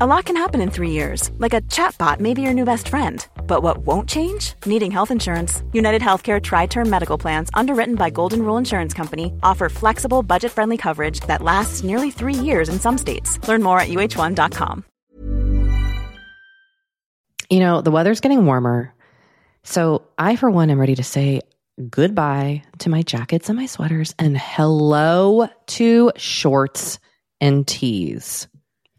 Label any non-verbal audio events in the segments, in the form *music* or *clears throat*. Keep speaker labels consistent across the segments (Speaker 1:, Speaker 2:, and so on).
Speaker 1: A lot can happen in three years, like a chatbot may be your new best friend. But what won't change? Needing health insurance. United Healthcare Tri Term Medical Plans, underwritten by Golden Rule Insurance Company, offer flexible, budget friendly coverage that lasts nearly three years in some states. Learn more at uh1.com.
Speaker 2: You know, the weather's getting warmer. So I, for one, am ready to say goodbye to my jackets and my sweaters and hello to shorts and tees.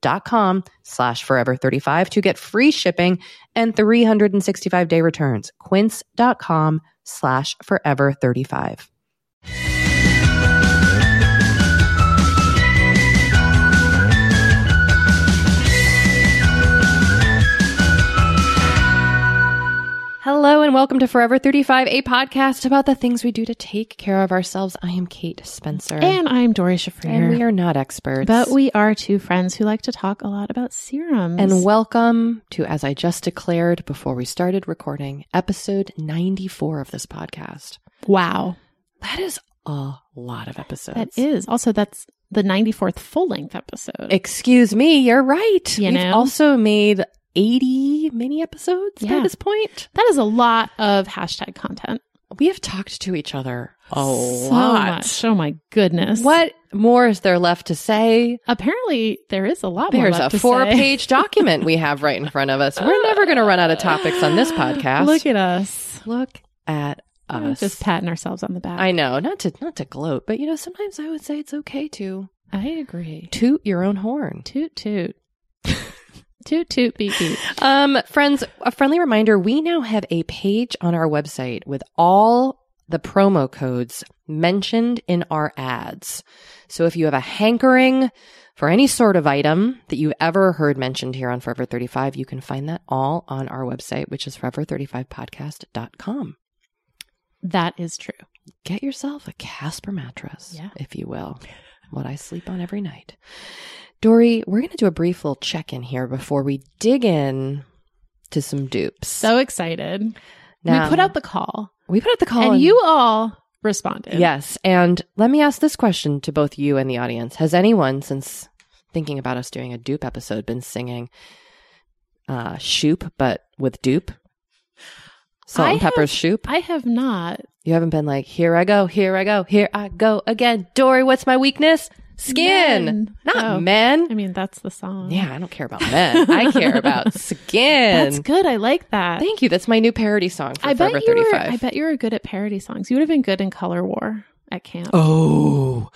Speaker 2: dot com slash forever 35 to get free shipping and 365 day returns. Quince.com slash forever 35. Hello and welcome to Forever 35, a podcast about the things we do to take care of ourselves. I am Kate Spencer.
Speaker 3: And I'm Dory Shafrir.
Speaker 2: And we are not experts.
Speaker 3: but we are two friends who like to talk a lot about serums.
Speaker 2: And welcome to, as I just declared before we started recording, episode 94 of this podcast.
Speaker 3: wow.
Speaker 2: That is a lot of episodes.
Speaker 3: That is also that's the 94th full length episode.
Speaker 2: Excuse me, you're right.
Speaker 3: You
Speaker 2: We've
Speaker 3: know?
Speaker 2: also made 80 mini episodes by
Speaker 3: Yeah.
Speaker 2: this point.
Speaker 3: that is a lot of hashtag content.
Speaker 2: We have talked to each other a
Speaker 3: so
Speaker 2: lot.
Speaker 3: much. Oh my goodness.
Speaker 2: What more is there left to say?
Speaker 3: Apparently there is a lot more
Speaker 2: There's a
Speaker 3: left to say.
Speaker 2: four page document we have right in front of us. We're never going to run out of topics on
Speaker 3: *gasps* *laughs*
Speaker 2: this podcast.
Speaker 3: Look at us.
Speaker 2: Look at
Speaker 3: We're
Speaker 2: us.
Speaker 3: Just patting ourselves on the back.
Speaker 2: I know, not to not to gloat, but you know, sometimes I would say it's okay to
Speaker 3: I agree.
Speaker 2: toot your own horn.
Speaker 3: Toot toot. *laughs* toot toot beep beep.
Speaker 2: Um, friends, a friendly reminder, we now have a page on our website with all the promo codes mentioned in our ads. So if you have a hankering for any sort of item that you've ever heard mentioned here on Forever 35, you can find that all on our website, which is forever35podcast.com.
Speaker 3: That is true.
Speaker 2: get yourself a Casper mattress,
Speaker 3: Yeah.
Speaker 2: if you will, what I sleep on every night. Dory, we're going to do a brief little check in here before we dig in to some dupes.
Speaker 3: So excited.
Speaker 2: Now-
Speaker 3: we put out the call,
Speaker 2: we put out the call,
Speaker 3: and you all responded.
Speaker 2: yes. And let me ask this question to both you and the audience: Has anyone, since thinking about us doing a dupe episode, been singing uh, "Shoop" but with dupe? Salt
Speaker 3: I
Speaker 2: and pepper's
Speaker 3: have-
Speaker 2: shoop.
Speaker 3: I have not.
Speaker 2: You haven't been like, here I go, here I go, here I go again. Dory, what's my weakness? Skin.
Speaker 3: Men.
Speaker 2: Not
Speaker 3: Oh. I
Speaker 2: men.
Speaker 3: mean, that's the song.
Speaker 2: Yeah, I don't care about
Speaker 3: *laughs*
Speaker 2: men. I care about skin.
Speaker 3: That's good. I like that.
Speaker 2: Thank you. That's my new parody song for
Speaker 3: I bet
Speaker 2: Forever
Speaker 3: you were.
Speaker 2: 35.
Speaker 3: I bet you were good at parody songs. You would have been good in Color War at camp.
Speaker 2: Oh,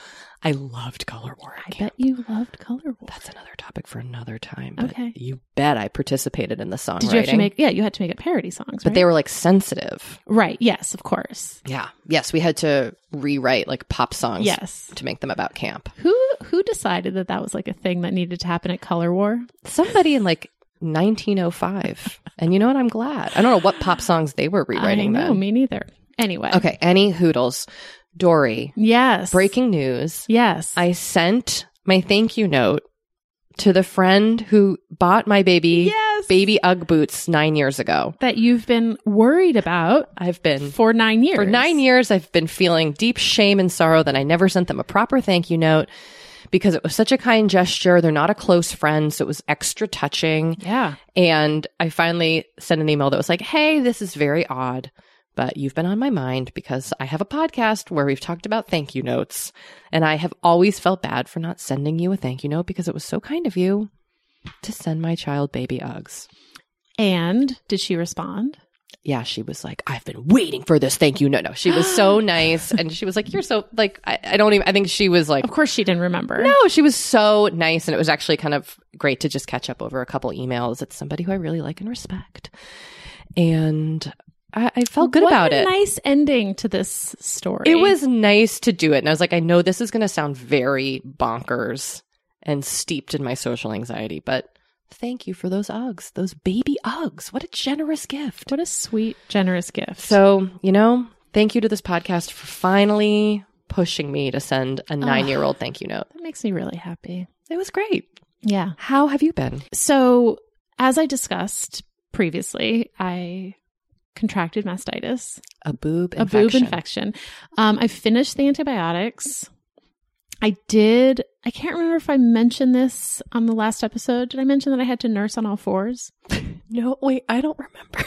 Speaker 2: I loved Color War.
Speaker 3: I bet you loved Color War.
Speaker 2: That's another topic for another time. But
Speaker 3: Okay.
Speaker 2: You bet I participated in the songwriting.
Speaker 3: Did you have to make? Yeah, you had to make up parody songs.
Speaker 2: but
Speaker 3: right?
Speaker 2: they were like sensitive.
Speaker 3: right. Yes, of course.
Speaker 2: Yeah. Yes, we had to rewrite like pop songs
Speaker 3: Yes.
Speaker 2: to make them about camp.
Speaker 3: Who who decided that that was like a thing that needed to happen at Color War?
Speaker 2: Somebody in like 1905. and you know what? I'm glad. I don't know what pop songs they were rewriting
Speaker 3: I know,
Speaker 2: then.
Speaker 3: me neither. Anyway.
Speaker 2: Okay, any hoodles. Dory,
Speaker 3: Yes.
Speaker 2: breaking news.
Speaker 3: Yes.
Speaker 2: I sent my thank you note to the friend who bought my baby
Speaker 3: yes.
Speaker 2: baby UGG boots nine years ago.
Speaker 3: that you've been worried about
Speaker 2: I've been
Speaker 3: for nine years.
Speaker 2: Mm-hmm. for nine years. I've been feeling deep shame and sorrow that I never sent them a proper thank you note because it was such a kind gesture. They're not a close friend, so it was extra touching.
Speaker 3: Yeah.
Speaker 2: And I finally sent an email that was like, Hey, this is very odd, but you've been on my mind because I have a podcast where we've talked about thank you notes. And I have always felt bad for not sending you a thank you note because it was so kind of you to send my child baby Uggs.
Speaker 3: And did she respond?
Speaker 2: Yeah, she was like, I've been waiting for this. Thank you. No, no. She was so nice. And she was like, You're so, like, I, I don't even, I think she was like,
Speaker 3: Of course she didn't remember.
Speaker 2: No, she was so nice. And it was actually kind of great to just catch up over a couple emails. It's somebody who I really like and respect. And I, I felt good
Speaker 3: What
Speaker 2: about
Speaker 3: a
Speaker 2: it.
Speaker 3: Nice ending to this story.
Speaker 2: It was nice to do it. And I was like, I know this is going to sound very bonkers and steeped in my social anxiety, but thank you for those Uggs, those baby Uggs. What a generous gift.
Speaker 3: what a sweet, generous gift.
Speaker 2: So, you know, thank you to this podcast for finally pushing me to send a nine year old thank you note.
Speaker 3: that makes me really happy.
Speaker 2: It was great.
Speaker 3: Yeah.
Speaker 2: How have you been?
Speaker 3: So, as I discussed previously, I contracted mastitis,
Speaker 2: A boob
Speaker 3: a boob infection. Um, I finished the antibiotics. I did, I can't remember if I mentioned this on the last episode. Did I mention that I had to nurse on all fours?
Speaker 2: No, wait, I don't
Speaker 3: *laughs*
Speaker 2: remember.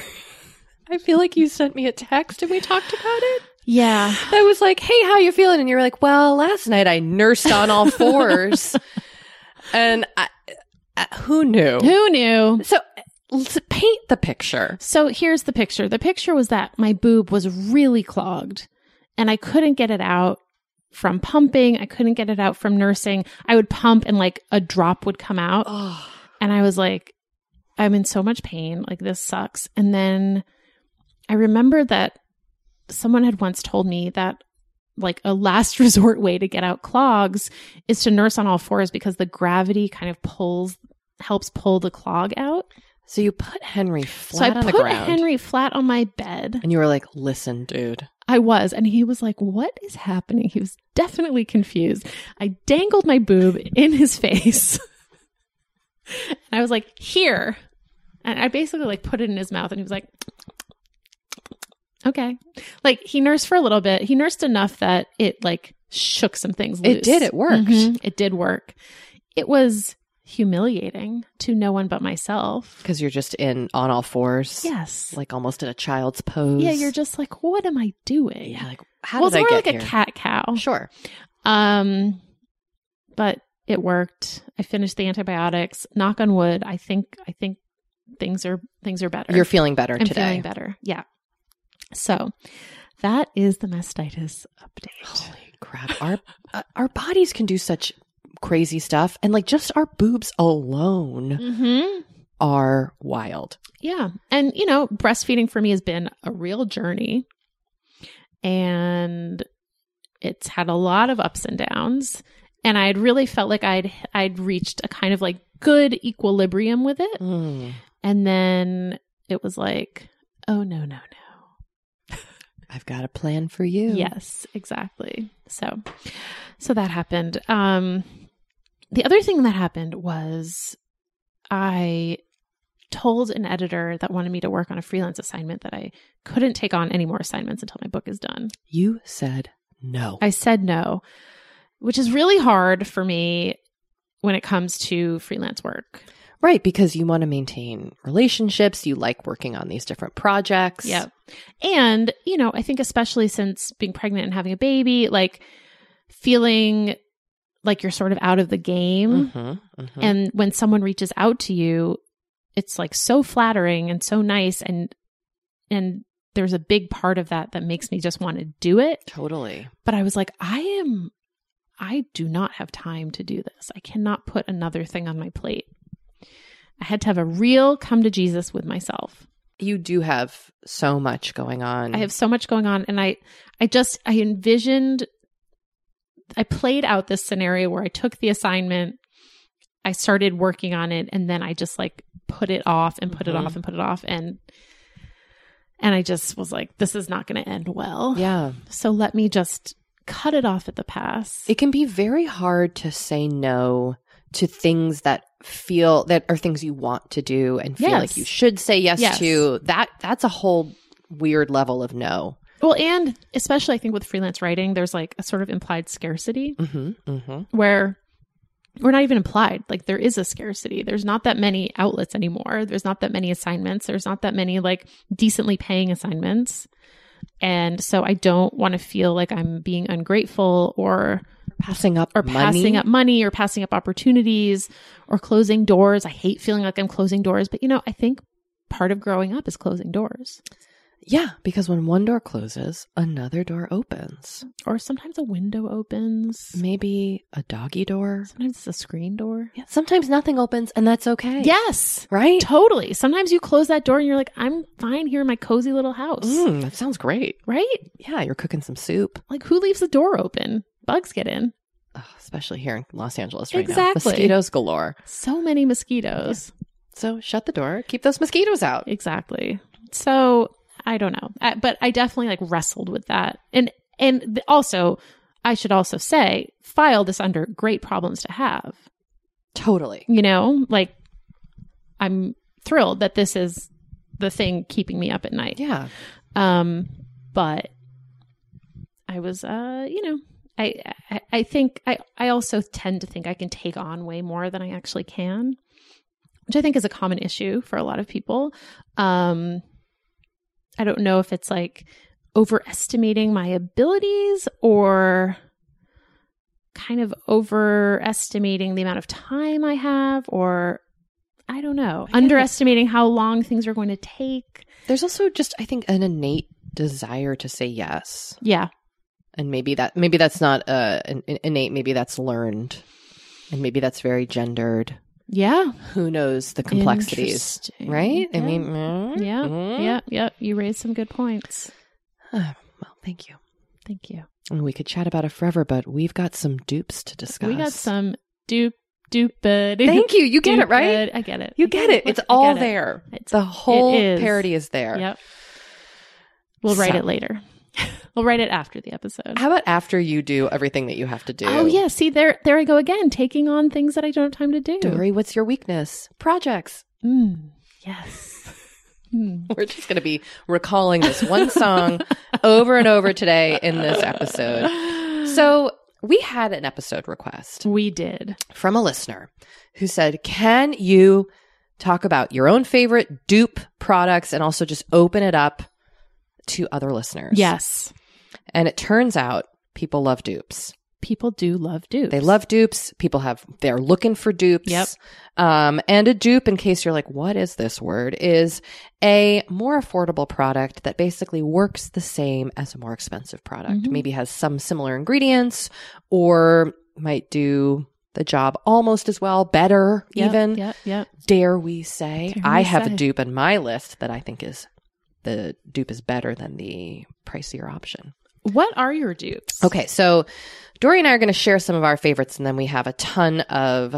Speaker 2: I feel like you sent me a text and we talked about it.
Speaker 3: Yeah.
Speaker 2: I was like, "Hey, how you feeling?" And you were like, "Well, last night I nursed on
Speaker 3: *laughs*
Speaker 2: all fours." and I, I- who knew?
Speaker 3: Oh. Who knew?
Speaker 2: So let's paint the picture.
Speaker 3: So here's the picture. The picture was that my boob was really clogged and I couldn't get it out from pumping. I couldn't get it out from nursing. I would pump and like a drop would come out.
Speaker 2: Oh,
Speaker 3: And I was like, I'm in so much pain. Like, this sucks. And then I remembered that someone had once told me that, like, a last *laughs* resort way to get out clogs is to nurse on all fours because the gravity kind of pulls, helps pull the clog out.
Speaker 2: so you put Henry flat
Speaker 3: so I
Speaker 2: on
Speaker 3: put
Speaker 2: the ground,
Speaker 3: Henry flat on my bed.
Speaker 2: and you were like, "Listen, dude."
Speaker 3: I was. And he was like, What is happening? He was definitely confused. I dangled my boob in his *laughs* face. and I was like, Here. And I basically like put it in his mouth and he was like, Okay. Like he nursed for a little bit. He nursed enough that it like shook some things loose.
Speaker 2: It did. It worked.
Speaker 3: Mhm. It did work. It was humiliating to no one but myself.
Speaker 2: Because you're just in on all fours,
Speaker 3: Yes.
Speaker 2: like almost in a child's pose.
Speaker 3: yeah, you're just like, What am I doing?
Speaker 2: yeah, like how
Speaker 3: well,
Speaker 2: did I
Speaker 3: it's
Speaker 2: get
Speaker 3: more like
Speaker 2: here?
Speaker 3: a cat cow.
Speaker 2: Sure.
Speaker 3: Um, but it worked. I finished the antibiotics. Knock on wood. I think I think things are things are better.
Speaker 2: You're feeling better
Speaker 3: I'm
Speaker 2: today.
Speaker 3: feeling better. Yeah. So that is the mastitis update.
Speaker 2: Holy crap! Our uh, our bodies can do such crazy stuff, and like just our boobs alone
Speaker 3: Mm-hmm.
Speaker 2: are wild.
Speaker 3: Yeah, and you know, breastfeeding for me has been a real journey, and it's had a lot of ups and downs. And I had really felt like I'd I'd reached a kind of like good equilibrium with it. And then it was like, oh, no, no, no.
Speaker 2: I've got a plan for you.
Speaker 3: Yes, exactly. So, so that happened. Um, the other thing that happened was I told an editor that wanted me to work on a freelance assignment that I couldn't take on any more assignments until my book is done.
Speaker 2: you said no.
Speaker 3: I said no, which is really hard for me when it comes to freelance work.
Speaker 2: right, because you want to maintain relationships. You like working on these different projects.
Speaker 3: Yeah. And, you know, I think especially since being pregnant and having a baby, like feeling like you're sort of out of the game.
Speaker 2: Mhm, mhm.
Speaker 3: Mm. And when someone reaches out to you, it's like so flattering and so nice and and there's a big part of that that makes me just want to do it.
Speaker 2: totally.
Speaker 3: But I was like, I am I do not have time to do this. I cannot put another thing on my plate. I had to have a real come to Jesus with myself.
Speaker 2: You do have so much going on.
Speaker 3: I have so much going on and I I just I envisioned I played out this scenario where I took the assignment, I started working on it, and then I just like put it off and put
Speaker 2: Mhm.
Speaker 3: it off and put it off and and I just was like, this is not going to end well.
Speaker 2: Yeah.
Speaker 3: So let me just cut it off at the pass.
Speaker 2: It can be very hard to say no to things that feel that are things you want to do and feel like
Speaker 3: Yes.
Speaker 2: you should say yes,
Speaker 3: Yes.
Speaker 2: to. That that's a whole weird level of no.
Speaker 3: well, and especially I think with freelance writing, there's like a sort of implied scarcity
Speaker 2: Mm-hmm. Mm-hmm.
Speaker 3: where we're not even implied. Like there is a scarcity. There's not that many outlets anymore. There's not that many assignments. There's not that many like decently paying assignments. And so I don't want to feel like I'm being ungrateful or
Speaker 2: Passing up
Speaker 3: or
Speaker 2: money.
Speaker 3: passing up money or passing up opportunities or closing doors. I hate feeling like I'm closing doors, but you know, I think part of growing up is closing doors
Speaker 2: Yeah, because when one door closes, another door opens.
Speaker 3: or sometimes a window opens.
Speaker 2: Maybe a doggy door.
Speaker 3: Sometimes it's a screen door.
Speaker 2: Yeah, sometimes nothing opens, and that's okay.
Speaker 3: Yes.
Speaker 2: right.
Speaker 3: Totally. Sometimes you close that door and you're like, I'm fine here in my cozy little house.
Speaker 2: Mm, that sounds great.
Speaker 3: Right?
Speaker 2: Yeah, you're cooking some soup,
Speaker 3: Like, who leaves the door open? Bugs get in.
Speaker 2: Ugh, especially here in Los Angeles right now.
Speaker 3: Exactly.
Speaker 2: Mosquitoes galore.
Speaker 3: So many mosquitoes.
Speaker 2: So shut the door. Keep those mosquitoes out.
Speaker 3: Exactly. So I don't know, I, but I definitely like wrestled with that, and and th- also I should also say file this under great problems to have.
Speaker 2: Totally.
Speaker 3: You know, like I'm thrilled that this is the thing keeping me up at night.
Speaker 2: Yeah.
Speaker 3: Um, but I was, uh, you know, I, I, I think I, I also tend to think I can take on way more than I actually can, which I think is a common issue for a lot of people. Um, I don't know if it's like overestimating my abilities or kind of overestimating the amount of time I have or I don't know,
Speaker 2: I think-
Speaker 3: underestimating how long things are going to take.
Speaker 2: There's also just I think an innate desire to say yes,
Speaker 3: Yeah.
Speaker 2: and maybe that maybe that's not uh, an, an innate. Maybe that's learned, and maybe that's very gendered.
Speaker 3: Yeah.
Speaker 2: Who knows the complexities,
Speaker 3: Interesting.
Speaker 2: right?
Speaker 3: Yeah.
Speaker 2: I mean, mm,
Speaker 3: yeah.
Speaker 2: mm.
Speaker 3: Yeah. Yeah. You raised some good points.
Speaker 2: Ah, *sighs* well, thank you.
Speaker 3: Thank you.
Speaker 2: And we could chat about it forever, but we've got some dupes to discuss.
Speaker 3: We got some dupe, dupe, Thank
Speaker 2: Thank you. You get it right.
Speaker 3: I get it.
Speaker 2: You
Speaker 3: I
Speaker 2: get it. It's
Speaker 3: Look, I
Speaker 2: all
Speaker 3: get it.
Speaker 2: there.
Speaker 3: It's-
Speaker 2: the whole
Speaker 3: is.
Speaker 2: parody is there.
Speaker 3: Yep. We'll write
Speaker 2: So-
Speaker 3: it later. we'll write it after the episode.
Speaker 2: How about after you do everything that you have to do?
Speaker 3: Oh yeah. See there, there I go again, taking on things that I don't have time to do.
Speaker 2: Dory, what's your weakness? Projects. *laughs*
Speaker 3: Mm, yes. Mm.
Speaker 2: We're just going to be recalling this
Speaker 3: *laughs*
Speaker 2: one song over and over today in this episode. So, we had an episode request
Speaker 3: we did.
Speaker 2: from a listener who said, Can you talk about your own favorite dupe products and also just open it up to other listeners?
Speaker 3: Yes.
Speaker 2: And it turns out people love dupes.
Speaker 3: People do love dupes.
Speaker 2: They love dupes. People have they're looking for dupes.
Speaker 3: Yep.
Speaker 2: Um, and a dupe, in case you're like, what is this word? Is a more affordable product that basically works the same as a more expensive product.
Speaker 3: Mhm.
Speaker 2: Maybe has some similar ingredients, or might do the job almost as well, better
Speaker 3: Yep,
Speaker 2: even.
Speaker 3: Yep. Yep.
Speaker 2: Dare we say?
Speaker 3: Dare
Speaker 2: I
Speaker 3: we
Speaker 2: have
Speaker 3: say.
Speaker 2: a dupe in my list that I think is the dupe is better than the pricier option.
Speaker 3: What are your dupes?
Speaker 2: Okay, so Dory and I are going to share some of our favorites, and then we have a ton of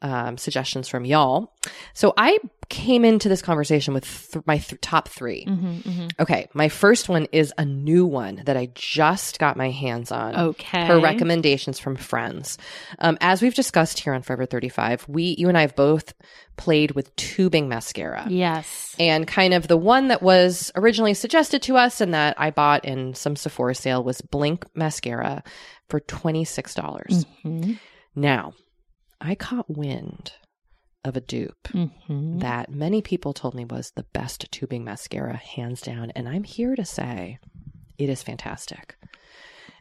Speaker 2: um, suggestions from y'all. So I came into this conversation with th- my th- top 3
Speaker 3: Mhm, mhm.
Speaker 2: Okay, my first one is a new one that I just got my hands on.
Speaker 3: Okay.
Speaker 2: Her recommendations from friends. Um, as we've discussed here on Forever 35, we, you and I have both played with tubing mascara
Speaker 3: Yes.
Speaker 2: and kind of the one that was originally suggested to us and that I bought in some Sephora sale was Blink mascara for $26. dollars
Speaker 3: Mhm.
Speaker 2: Now, I caught wind of a dupe
Speaker 3: Mhm.
Speaker 2: that many people told me was the best tubing mascara hands down and I'm here to say it is fantastic.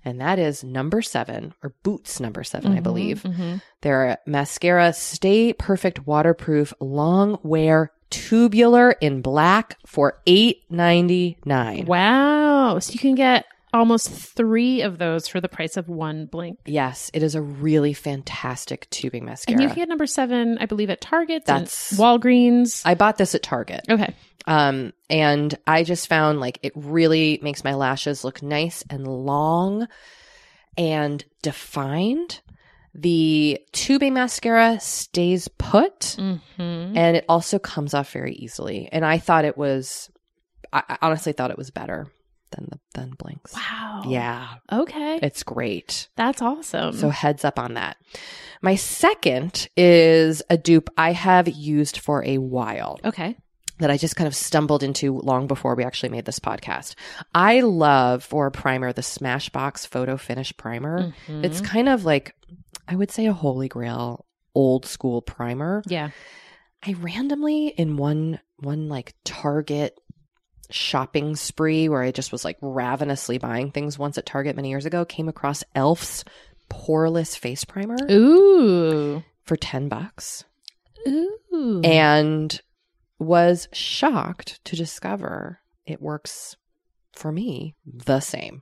Speaker 2: And that is number 7 or Boots number 7 I
Speaker 3: Mhm,
Speaker 2: believe.
Speaker 3: mhm.
Speaker 2: Their mascara stay perfect waterproof long wear tubular in black for eight ninety nine.
Speaker 3: Wow. So you can get almost three of those for the price of one blink.
Speaker 2: Yes, it is a really fantastic tubing mascara.
Speaker 3: And you can get number seven, I believe, at Target.
Speaker 2: That's-
Speaker 3: and Walgreens.
Speaker 2: I bought this at Target.
Speaker 3: okay.
Speaker 2: Um, and I just found like it really makes my lashes look nice and long. and defined. The tube mascara stays put
Speaker 3: Mm-hmm.
Speaker 2: and it also comes off very easily. And I thought it was, I I honestly thought it was better than the than blinks.
Speaker 3: Wow.
Speaker 2: Yeah,
Speaker 3: Okay.
Speaker 2: it's great.
Speaker 3: That's awesome.
Speaker 2: So heads up on that. My second is a dupe I have used for a while
Speaker 3: okay.
Speaker 2: that I just kind of stumbled into long before we actually made this podcast. I love for a primer the Smashbox Photo Finish Primer. It's
Speaker 3: Mhm.
Speaker 2: kind of like I would say a holy grail old school primer.
Speaker 3: yeah.
Speaker 2: I randomly in one one like Target shopping spree where I just was like ravenously buying things once at Target many years ago came across Elf's poreless face primer
Speaker 3: Ooh.
Speaker 2: for 10 bucks
Speaker 3: Ooh.
Speaker 2: and was shocked to discover it works for me the same.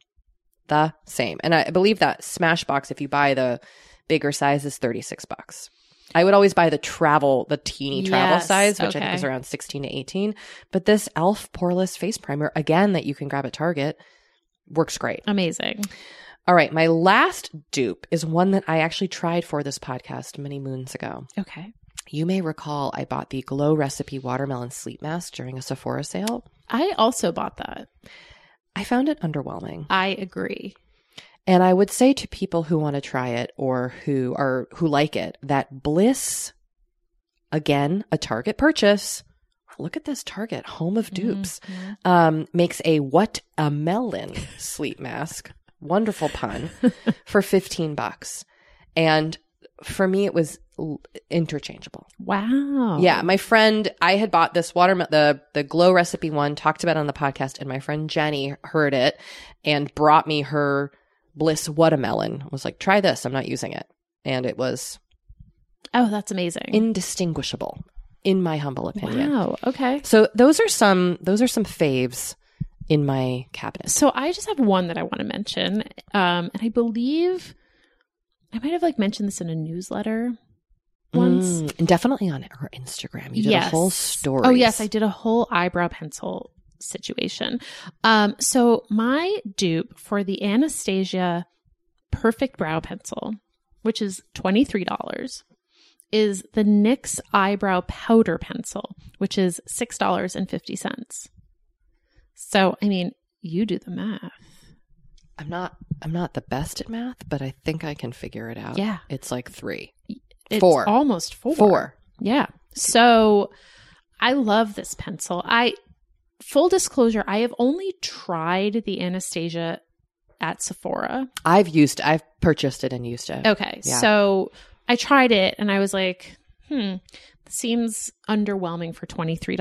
Speaker 2: The same. And I believe that Smashbox if you buy the bigger size is 36 bucks. I would always buy the travel, the teeny travel
Speaker 3: Yes,
Speaker 2: size, which I think
Speaker 3: okay.
Speaker 2: is around 16 to 18. But this e.l.f. poreless face primer, again, that you can grab at Target, works great.
Speaker 3: Amazing.
Speaker 2: All right. My last dupe is one that I actually tried for this podcast many moons ago.
Speaker 3: Okay.
Speaker 2: You may recall I bought the Glow Recipe Watermelon Sleep Mask during a Sephora sale.
Speaker 3: I also bought that.
Speaker 2: I found it underwhelming.
Speaker 3: I agree.
Speaker 2: And I would say to people who want to try it or who are who like it that Bliss again, a Target purchase. Look at this Target, home of dupes.
Speaker 3: Mhm.
Speaker 2: Um, makes a what a melon sleep mask. Wonderful pun for 15 bucks. And for me it was l- interchangeable.
Speaker 3: Wow.
Speaker 2: Yeah, my friend, I had bought this watermelon, the the glow recipe one, talked about it on the podcast, and my friend Jenny heard it and brought me her Bliss watermelon. Was like, try this. I'm not using it, and it was
Speaker 3: Oh, that's amazing.
Speaker 2: indistinguishable, in my humble opinion.
Speaker 3: wow. Okay.
Speaker 2: So those are some those are some faves in my cabinet.
Speaker 3: So I just have one that I want to mention. Um, and I believe I might have like mentioned this in a newsletter once.
Speaker 2: Mm, and definitely on her Instagram. You did a whole story.
Speaker 3: Oh yes, I did a whole eyebrow pencil situation. Um, so my dupe for the Anastasia Perfect Brow Pencil, which is twenty three dollars, is the NYX Eyebrow Powder Pencil, which is six dollars and fifty cents. So I mean, you do the math.
Speaker 2: I'm not. I'm not the best at math, but I think I can figure it out.
Speaker 3: Yeah.
Speaker 2: it's like three,
Speaker 3: It's
Speaker 2: Four.
Speaker 3: almost four.
Speaker 2: four.
Speaker 3: Yeah. So I love this pencil. I full disclosure, I have only tried the Anastasia at Sephora.
Speaker 2: I've used I've purchased it and used it.
Speaker 3: Okay.
Speaker 2: Yeah.
Speaker 3: So I tried it and I was like, hmm, this seems underwhelming for $23.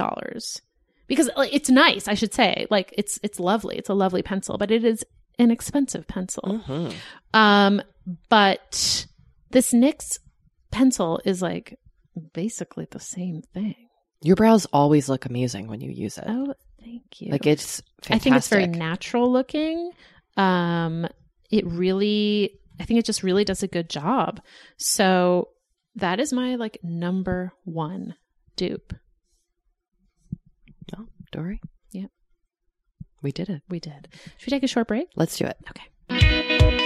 Speaker 3: Because like, it's nice, I should say. Like it's it's lovely. It's a lovely pencil, but it is an expensive pencil.
Speaker 2: Mhm.
Speaker 3: Um, but this NYX pencil is like basically the same thing.
Speaker 2: Your brows always look amazing when you use it.
Speaker 3: Oh, thank you.
Speaker 2: like it's fantastic.
Speaker 3: I think it's very natural looking. Um, it really, I think it just really does a good job. So that is my like number one dupe.
Speaker 2: Oh, Dory.
Speaker 3: Yep.
Speaker 2: We did it.
Speaker 3: We did. Should we take a short break?
Speaker 2: Let's do it.
Speaker 3: Okay.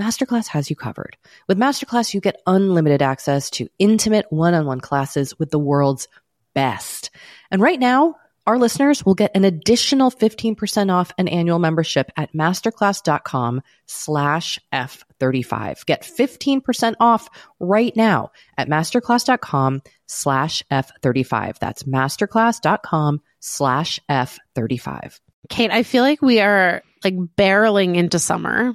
Speaker 2: Masterclass has you covered. With Masterclass, you get unlimited access to intimate one on one classes with the world's best. And right now, our listeners will get an additional 15% off an annual membership at masterclass.com slash F35. Get 15% off right now at masterclass.com slash F35. That's masterclass.com slash F35.
Speaker 3: Kate, I feel like we are like barreling into summer.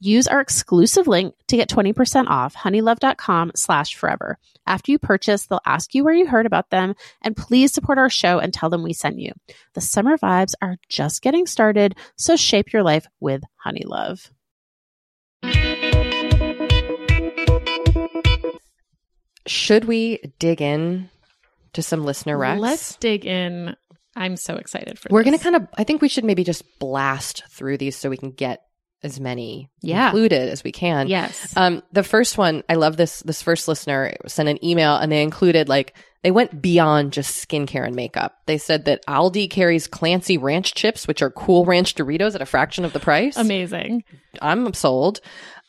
Speaker 4: Use our exclusive link to get 20% off honeylove.com slash forever. After you purchase, they'll ask you where you heard about them and please support our show and tell them we sent you. The summer vibes are just getting started, so shape your life with Honey Love.
Speaker 2: Should we dig in to some listener recs?
Speaker 3: Let's dig in. I'm so excited for
Speaker 2: We're gonna
Speaker 3: this.
Speaker 2: kind of. I think we should maybe just blast through these so we can get as many
Speaker 3: Yeah.
Speaker 2: included as we can.
Speaker 3: Yes.
Speaker 2: Um, the first one, I love this. This first listener sent an email and they included like they went beyond just skincare and makeup. They said that Aldi carries Clancy Ranch chips, which are cool ranch Doritos at a fraction of the price.
Speaker 3: Amazing.
Speaker 2: I'm sold.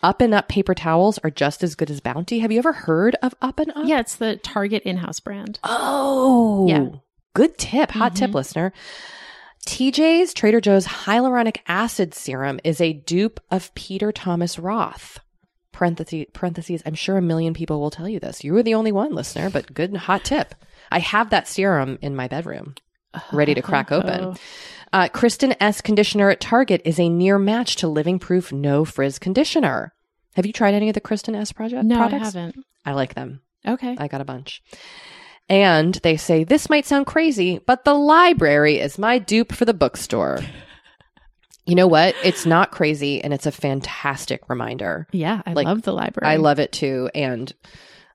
Speaker 2: Up and Up paper towels are just as good as Bounty. Have you ever heard of Up and Up?
Speaker 3: Yeah, it's the Target in-house brand.
Speaker 2: Oh,
Speaker 3: Yeah.
Speaker 2: Good tip. Hot tip,
Speaker 3: Mhm.
Speaker 2: listener. TJ's Trader Joe's hyaluronic acid serum is a dupe of Peter Thomas Roth. Parentheses, parentheses. I'm sure a million people will tell you this. You were the only one, listener, but good and hot tip. I have that serum in my bedroom, ready to crack
Speaker 3: Uh-huh.
Speaker 2: open. Uh, Kristen S. Conditioner at Target is a near match to Living Proof No Frizz Conditioner. Have you tried any of the Kristen S. project
Speaker 3: No,
Speaker 2: products?
Speaker 3: I haven't.
Speaker 2: I like them.
Speaker 3: Okay.
Speaker 2: I got a bunch. And they say, this might sound crazy, but the library is my dupe for the
Speaker 3: *laughs*
Speaker 2: bookstore. You know what? It's not crazy and it's a fantastic reminder.
Speaker 3: yeah, I
Speaker 2: like,
Speaker 3: love the library.
Speaker 2: I love it too. And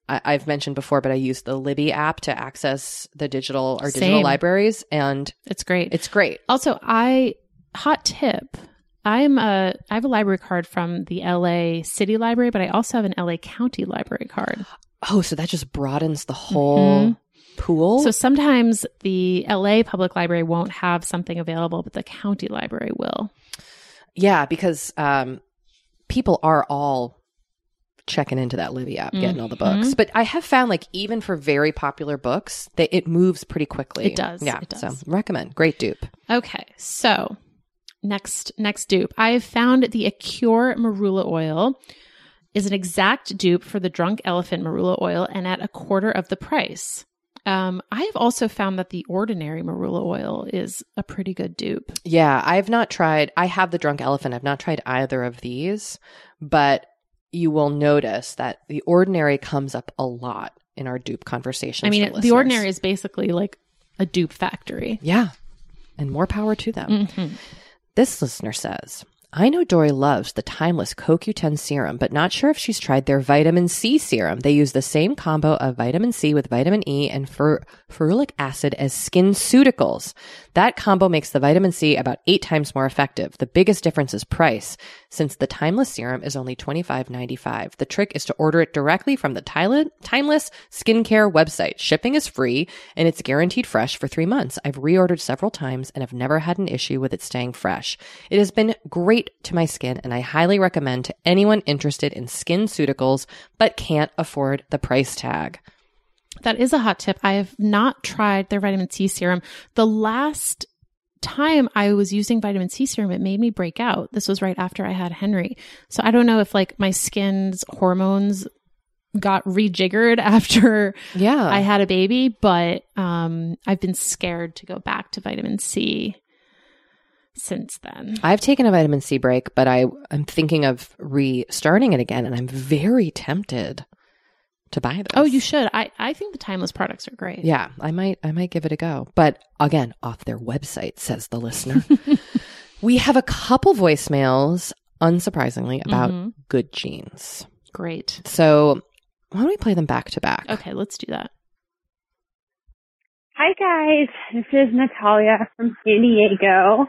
Speaker 2: I, I've mentioned before, but I use the Libby app to access the digital or digital
Speaker 3: Same.
Speaker 2: libraries and
Speaker 3: It's great.
Speaker 2: it's great.
Speaker 3: Also, I hot tip. I'm a I have a library card from the LA City Library, but I also have an LA County Library card.
Speaker 2: Oh, so that just broadens the whole pool.
Speaker 3: Mm-hmm. So sometimes the LA Public Library won't have something available, but the county library will.
Speaker 2: Yeah, because um, people are all checking into that Libby app, getting all the
Speaker 3: Mm-hmm.
Speaker 2: books. But I have found, like, even for very popular books, that it moves pretty quickly.
Speaker 3: It does,
Speaker 2: Yeah.
Speaker 3: it does.
Speaker 2: So recommend. Great dupe.
Speaker 3: Okay. So, next next dupe. I have found the Acure marula oil is an exact dupe for the Drunk Elephant marula oil and at a quarter of the price. Um, I have also found that the ordinary marula oil is a pretty good dupe.
Speaker 2: Yeah, I've not tried. I have the Drunk Elephant. I've not tried either of these, but you will notice that the ordinary comes up a lot in our dupe conversations.
Speaker 3: I mean,
Speaker 2: for
Speaker 3: it- the
Speaker 2: listeners.
Speaker 3: ordinary is basically like a dupe factory.
Speaker 2: Yeah. And more power to them. This listener says, I know Dory loves the timeless CoQ10 serum, but not sure if she's tried their vitamin C serum. They use the same combo of vitamin C with vitamin E and fer- ferulic acid as skin SkinCeuticals. That combo makes the vitamin C about eight times more effective. The biggest difference is price, since the timeless serum is only $25.95. The trick is to order it directly from the Tylen- timeless skincare website. Shipping is free and it's guaranteed fresh for three months. I've reordered several times and have never had an issue with it staying fresh. It has been great to my skin and I highly recommend to anyone interested in skin SkinCeuticals but can't afford the price tag.
Speaker 3: That is a hot tip. I have not tried their vitamin C serum. The last time I was using vitamin C serum, it made me break out. This was right after I had Henry. So I don't know if like my skin's hormones got rejiggered *laughs* after
Speaker 2: Yeah.
Speaker 3: I had a baby, but um, I've been scared to go back to vitamin C since then.
Speaker 2: I've taken a vitamin C break, but I I'm thinking of restarting it again, and I'm very tempted to buy those.
Speaker 3: Oh, you should. I, I think the timeless products are great.
Speaker 2: Yeah, I might I might give it a go. But again, off their website says the
Speaker 3: *laughs*
Speaker 2: listener. we have a couple voicemails, unsurprisingly, about
Speaker 3: Mhm.
Speaker 2: good genes.
Speaker 3: Great.
Speaker 2: So why don't we play them back to back?
Speaker 3: Okay, let's do that.
Speaker 5: Hi guys, this is Natalia from San Diego.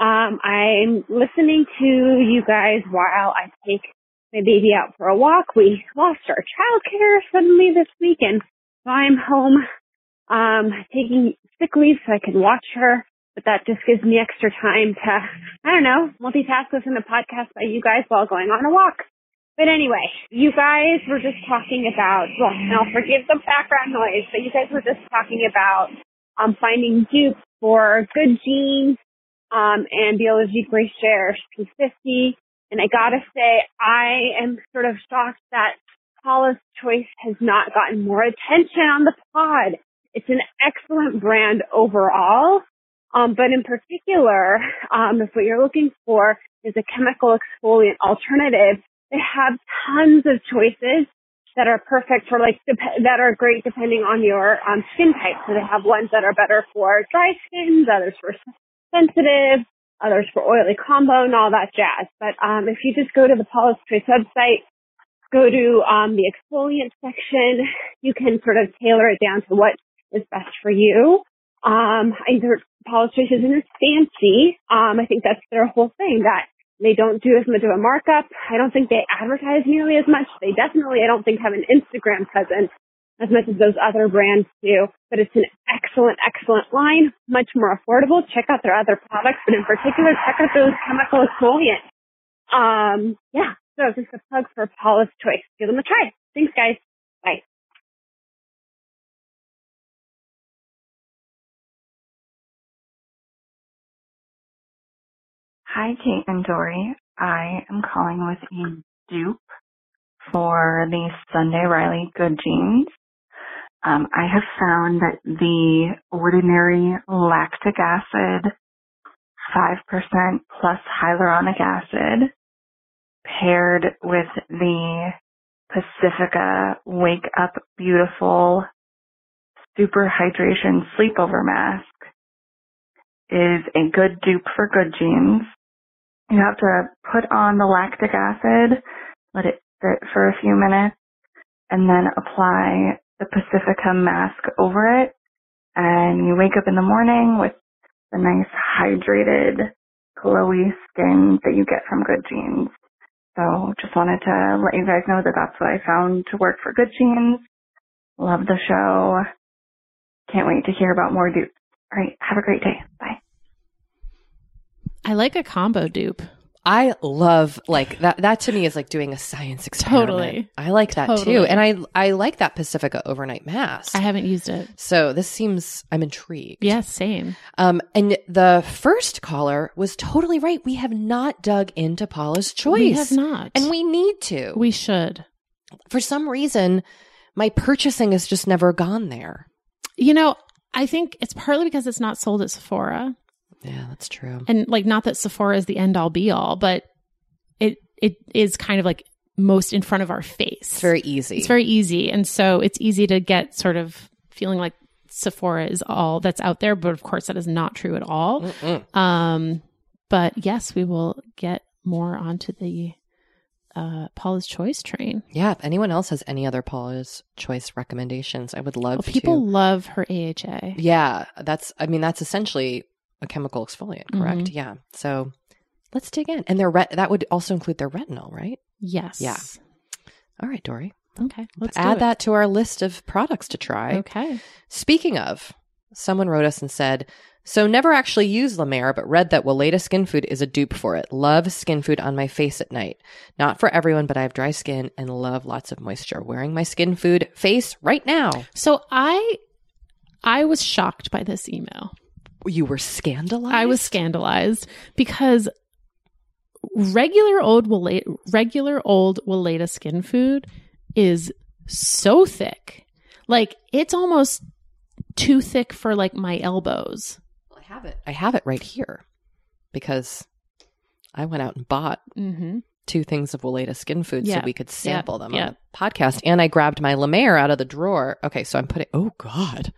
Speaker 5: Um, I'm listening to you guys while I take my baby out for a walk. We lost our childcare suddenly this weekend, so I'm home um, taking sick leave so I can watch her. But that just gives me extra time to, I don't know, multitask listening to podcasts by you guys while going on a walk. But anyway, you guys were just talking about, well, now forgive the background noise, but you guys were just talking about um, finding dupes for good jeans um, and Biology Gray Shares P50. And I gotta say, I am sort of shocked that Paula's Choice has not gotten more attention on the pod. It's an excellent brand overall. Um, but in particular, um, if what you're looking for is a chemical exfoliant alternative, they have tons of choices that are perfect for like dep- that are great depending on your um, skin type. So they have ones that are better for dry skins, others for sensitive, others for oily combo, and all that jazz. But um, if you just go to the Paula's Choice website, go to um, the exfoliant section, you can sort of tailor it down to what is best for you. Um, I think Paula's Choice isn't as fancy. Um, I think that's their whole thing that they don't do as much of a markup. I don't think they advertise nearly as much. They definitely, I don't think, have an Instagram presence as much as those other brands do. But it's an excellent, excellent line, much more affordable. Check out their other products, but in particular, check out those chemical exfoliants. Um, yeah, so just a plug for Paula's Choice. Give them a try. Thanks, guys. Bye.
Speaker 6: Hi, Kate and Dory. I am calling with a dupe for the Sunday Riley Good Jeans. Um, I have found that the ordinary lactic acid, 5% plus hyaluronic acid, paired with the Pacifica Wake Up Beautiful Super Hydration Sleepover Mask is a good dupe for good jeans. You have to put on the lactic acid, let it sit for a few minutes, and then apply the Pacifica mask over it. And you wake up in the morning with the nice hydrated, glowy skin that you get from good jeans. So just wanted to let you guys know that that's what I found to work for good jeans. Love the show. Can't wait to hear about more dupes. All right. Have a great day. Bye.
Speaker 3: I like a combo dupe.
Speaker 2: I love like that. That to me is like doing a science experiment.
Speaker 3: Totally.
Speaker 2: I like that too,
Speaker 3: Totally.
Speaker 2: and I I like that Pacifica overnight mask.
Speaker 3: I haven't used it.
Speaker 2: so this seems I'm intrigued.
Speaker 3: Yes, same.
Speaker 2: Um, and the first caller was totally right. We have not dug into Paula's choice,
Speaker 3: We have not.
Speaker 2: and we need to.
Speaker 3: we should.
Speaker 2: for some reason, my purchasing has just never gone there.
Speaker 3: You know, I think it's partly because it's not sold at Sephora.
Speaker 2: Yeah, that's true.
Speaker 3: And like not that Sephora is the end all be all, but it it is kind of like most in front of our face.
Speaker 2: It's very easy.
Speaker 3: It's very easy. And so it's easy to get sort of feeling like Sephora is all that's out there. But of course, that is not true at all.
Speaker 2: Mm-mm.
Speaker 3: Um, but yes, we will get more onto the uh, Paula's Choice train.
Speaker 2: Yeah. If anyone else has any other Paula's choice recommendations, I would love
Speaker 3: Well,
Speaker 2: to.
Speaker 3: people love her AHA.
Speaker 2: Yeah, that's. I mean, that's essentially a chemical exfoliant, correct? Yeah. So let's dig in, and their ret- that would also include their retinol, right?
Speaker 3: Yes.
Speaker 2: Yeah. All right, Dory,
Speaker 3: Okay. Let's do
Speaker 2: add
Speaker 3: it.
Speaker 2: that to our list of products to try.
Speaker 3: Okay.
Speaker 2: Speaking of, someone wrote us and said, "So never actually used La Mer, but read that Weleda Skin Food is a dupe for it. Love skin food on my face at night. Not for everyone, but I have dry skin and love lots of moisture. Wearing my skin food face right now.
Speaker 3: So I, I was shocked by this email.
Speaker 2: You were scandalized.
Speaker 3: I was scandalized because regular old Wala- regular old Waleda skin food is so thick. Like it's almost too thick for like my elbows.
Speaker 2: I have it. I have it right here because I went out and bought
Speaker 3: Mm-hmm.
Speaker 2: two things of Weleda skin food
Speaker 3: Yeah.
Speaker 2: so we could sample
Speaker 3: Yeah.
Speaker 2: them
Speaker 3: Yeah.
Speaker 2: on the podcast. And I grabbed my La Mer out of the drawer. Okay, so I'm putting. Oh God!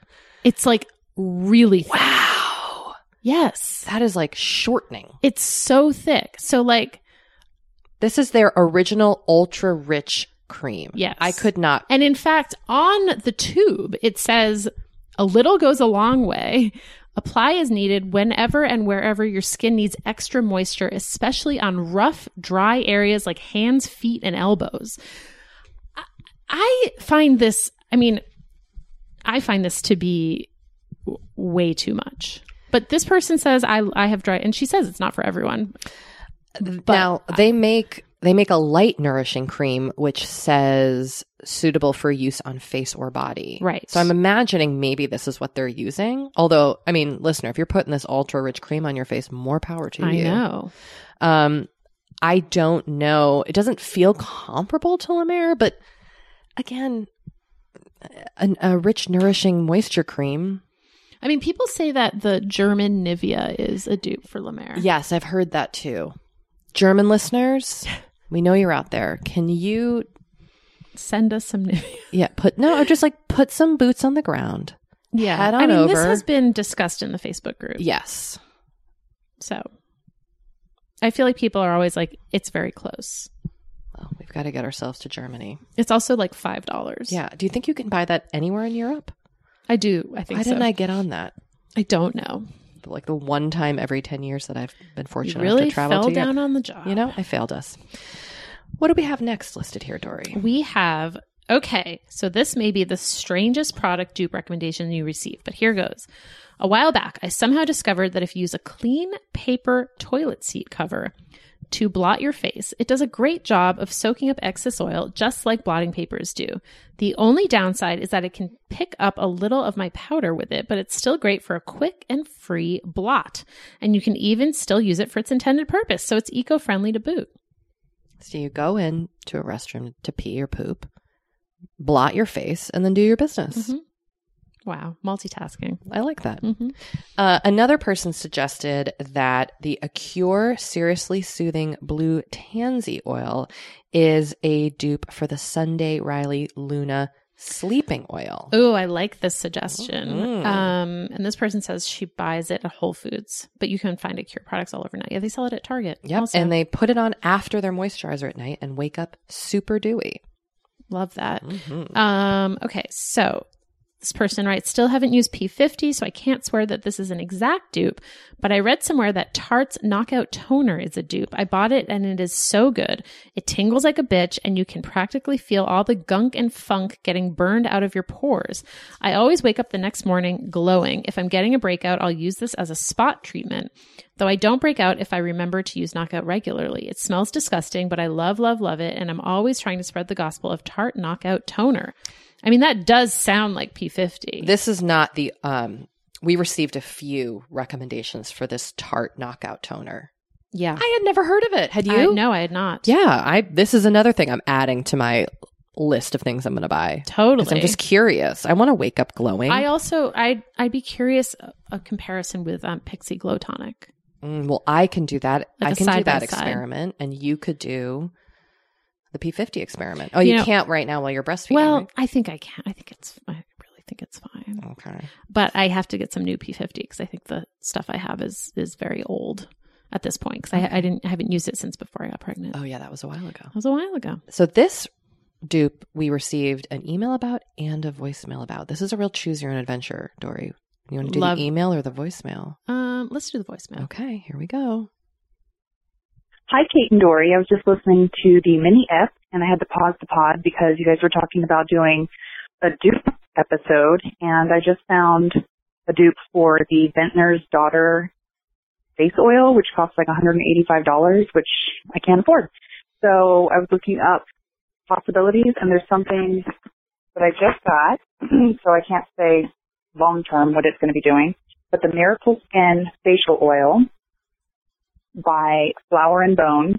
Speaker 3: It's like really thick.
Speaker 2: Wow,
Speaker 3: Yes.
Speaker 2: that is like shortening.
Speaker 3: It's so thick. So like
Speaker 2: This is their original ultra rich cream.
Speaker 3: Yes.
Speaker 2: I could not.
Speaker 3: And in fact, on the tube, it says a little goes a long way. Apply as needed whenever and wherever your skin needs extra moisture, especially on rough, dry areas like hands, feet, and elbows. I- I find this, I mean, I find this to be w- way too much. But this person says I I have dry and she says it's not for everyone. But
Speaker 2: now they make they make a light nourishing cream which says suitable for use on face or body.
Speaker 3: Right.
Speaker 2: So I'm imagining maybe this is what they're using. Although, I mean, listener, if you're putting this ultra rich cream on your face, more power to
Speaker 3: I
Speaker 2: you.
Speaker 3: know.
Speaker 2: Um, I don't know. It doesn't feel comparable to La Mer, but again, an, a rich, nourishing moisture cream.
Speaker 3: I mean, people say that the German Nivea is a dupe for La Mer.
Speaker 2: Yes, I've heard that too. German
Speaker 3: *laughs*
Speaker 2: listeners, we know you're out there. Can you,
Speaker 3: Send us some Nivea.
Speaker 2: yeah, put, no, or just like put some boots on the ground.
Speaker 3: Yeah.
Speaker 2: Head on
Speaker 3: I mean, this
Speaker 2: over.
Speaker 3: has been discussed in the Facebook group.
Speaker 2: Yes.
Speaker 3: So I feel like people are always like, it's very close.
Speaker 2: Well, we've got to get ourselves to Germany.
Speaker 3: It's also like $5.
Speaker 2: Yeah. Do you think you can buy that anywhere in Europe?
Speaker 3: I do. I think
Speaker 2: Why
Speaker 3: so.
Speaker 2: didn't I get on that?
Speaker 3: I don't know.
Speaker 2: Like the one time every 10 years that I've been
Speaker 3: You
Speaker 2: fortunate enough
Speaker 3: really
Speaker 2: to travel
Speaker 3: fell
Speaker 2: to Europe.
Speaker 3: down on the job.
Speaker 2: You know, I failed us. What do we have next listed here, Dory?
Speaker 3: we have okay so this may be the strangest product dupe recommendation you receive but here goes a while back i somehow discovered that if you use a clean paper toilet seat cover to blot your face it does a great job of soaking up excess oil just like blotting papers do the only downside is that it can pick up a little of my powder with it but it's still great for a quick and free blot and you can even still use it for its intended purpose so it's eco-friendly to boot
Speaker 2: So you go in to a restroom to pee or poop, blot your face, and then do your business.
Speaker 3: Mhm. wow multitasking
Speaker 2: I like that.
Speaker 3: mm-hmm.
Speaker 2: Uh, another person suggested that the Acure Seriously Soothing Blue Tansy Oil is a dupe for the Sunday Riley Luna Sleeping Oil.
Speaker 3: Oh, I like this suggestion.
Speaker 2: Mm.
Speaker 3: Um, and this person says she buys it at Whole Foods, but you can find a Cure products all over now. Yeah, they sell it at Target.
Speaker 2: Yep.
Speaker 3: also.
Speaker 2: And they put it on after their moisturizer at night and wake up super dewy.
Speaker 3: love that.
Speaker 2: Mm-hmm.
Speaker 3: Um, okay, so this person writes, still haven't used P50, so I can't swear that this is an exact dupe, but I read somewhere that Tarte's Knockout Toner is a dupe. I bought it and it is so good. It tingles like a bitch, and you can practically feel all the gunk and funk getting burned out of your pores. I always wake up the next morning glowing. If I'm getting a breakout, I'll use this as a spot treatment. Though I don't break out if I remember to use knockout regularly. It smells disgusting, but I love, love, love it, and I'm always trying to spread the gospel of Tarte Knockout Toner. I mean, that does sound like P50.
Speaker 2: This is not the um we received a few recommendations for this Tarte knockout toner.
Speaker 3: yeah.
Speaker 2: I had never heard of it. Had
Speaker 3: I,
Speaker 2: you?
Speaker 3: no, I had not.
Speaker 2: Yeah, I this is another thing I'm adding to my list of things I'm going to buy. 'Cause
Speaker 3: Totally.
Speaker 2: I'm just curious. I want to wake up glowing.
Speaker 3: I also, I'd, I'd be curious a, a comparison with um, Pixie Glow Tonic.
Speaker 2: Mm, well, I can do that.
Speaker 3: Like
Speaker 2: I
Speaker 3: a
Speaker 2: can do that
Speaker 3: side-by-side.
Speaker 2: experiment and you could do the P50 experiment. Oh,
Speaker 3: You
Speaker 2: you,
Speaker 3: know-
Speaker 2: can't right now while you're breastfeeding.
Speaker 3: Well,
Speaker 2: right?
Speaker 3: I think I can. I think it's, I really think it's fine.
Speaker 2: okay.
Speaker 3: but I have to get some new P50 because I think the stuff I have is is very old at this point because I, I didn't I haven't used it since before I got pregnant.
Speaker 2: Oh yeah, that was a while ago.
Speaker 3: That was a while ago.
Speaker 2: So this dupe we received an email about and a voicemail about. This is a real choose your own adventure, Dory. You want to do
Speaker 3: Love-
Speaker 2: the email or the voicemail?
Speaker 3: Um, let's do the voicemail.
Speaker 2: Okay, here we go.
Speaker 5: Hi, Kate and Dory. I was just listening to the mini F, and I had to pause the pod because you guys were talking about doing a dupe episode, and I just found a dupe for the Ventnor's Daughter face oil, which costs like $185, which I can't afford. So I was looking up possibilities, and there's something that I just got, *clears throat* so I can't say long term what it's going to be doing, but the Miracle Skin facial oil by Flower and Bone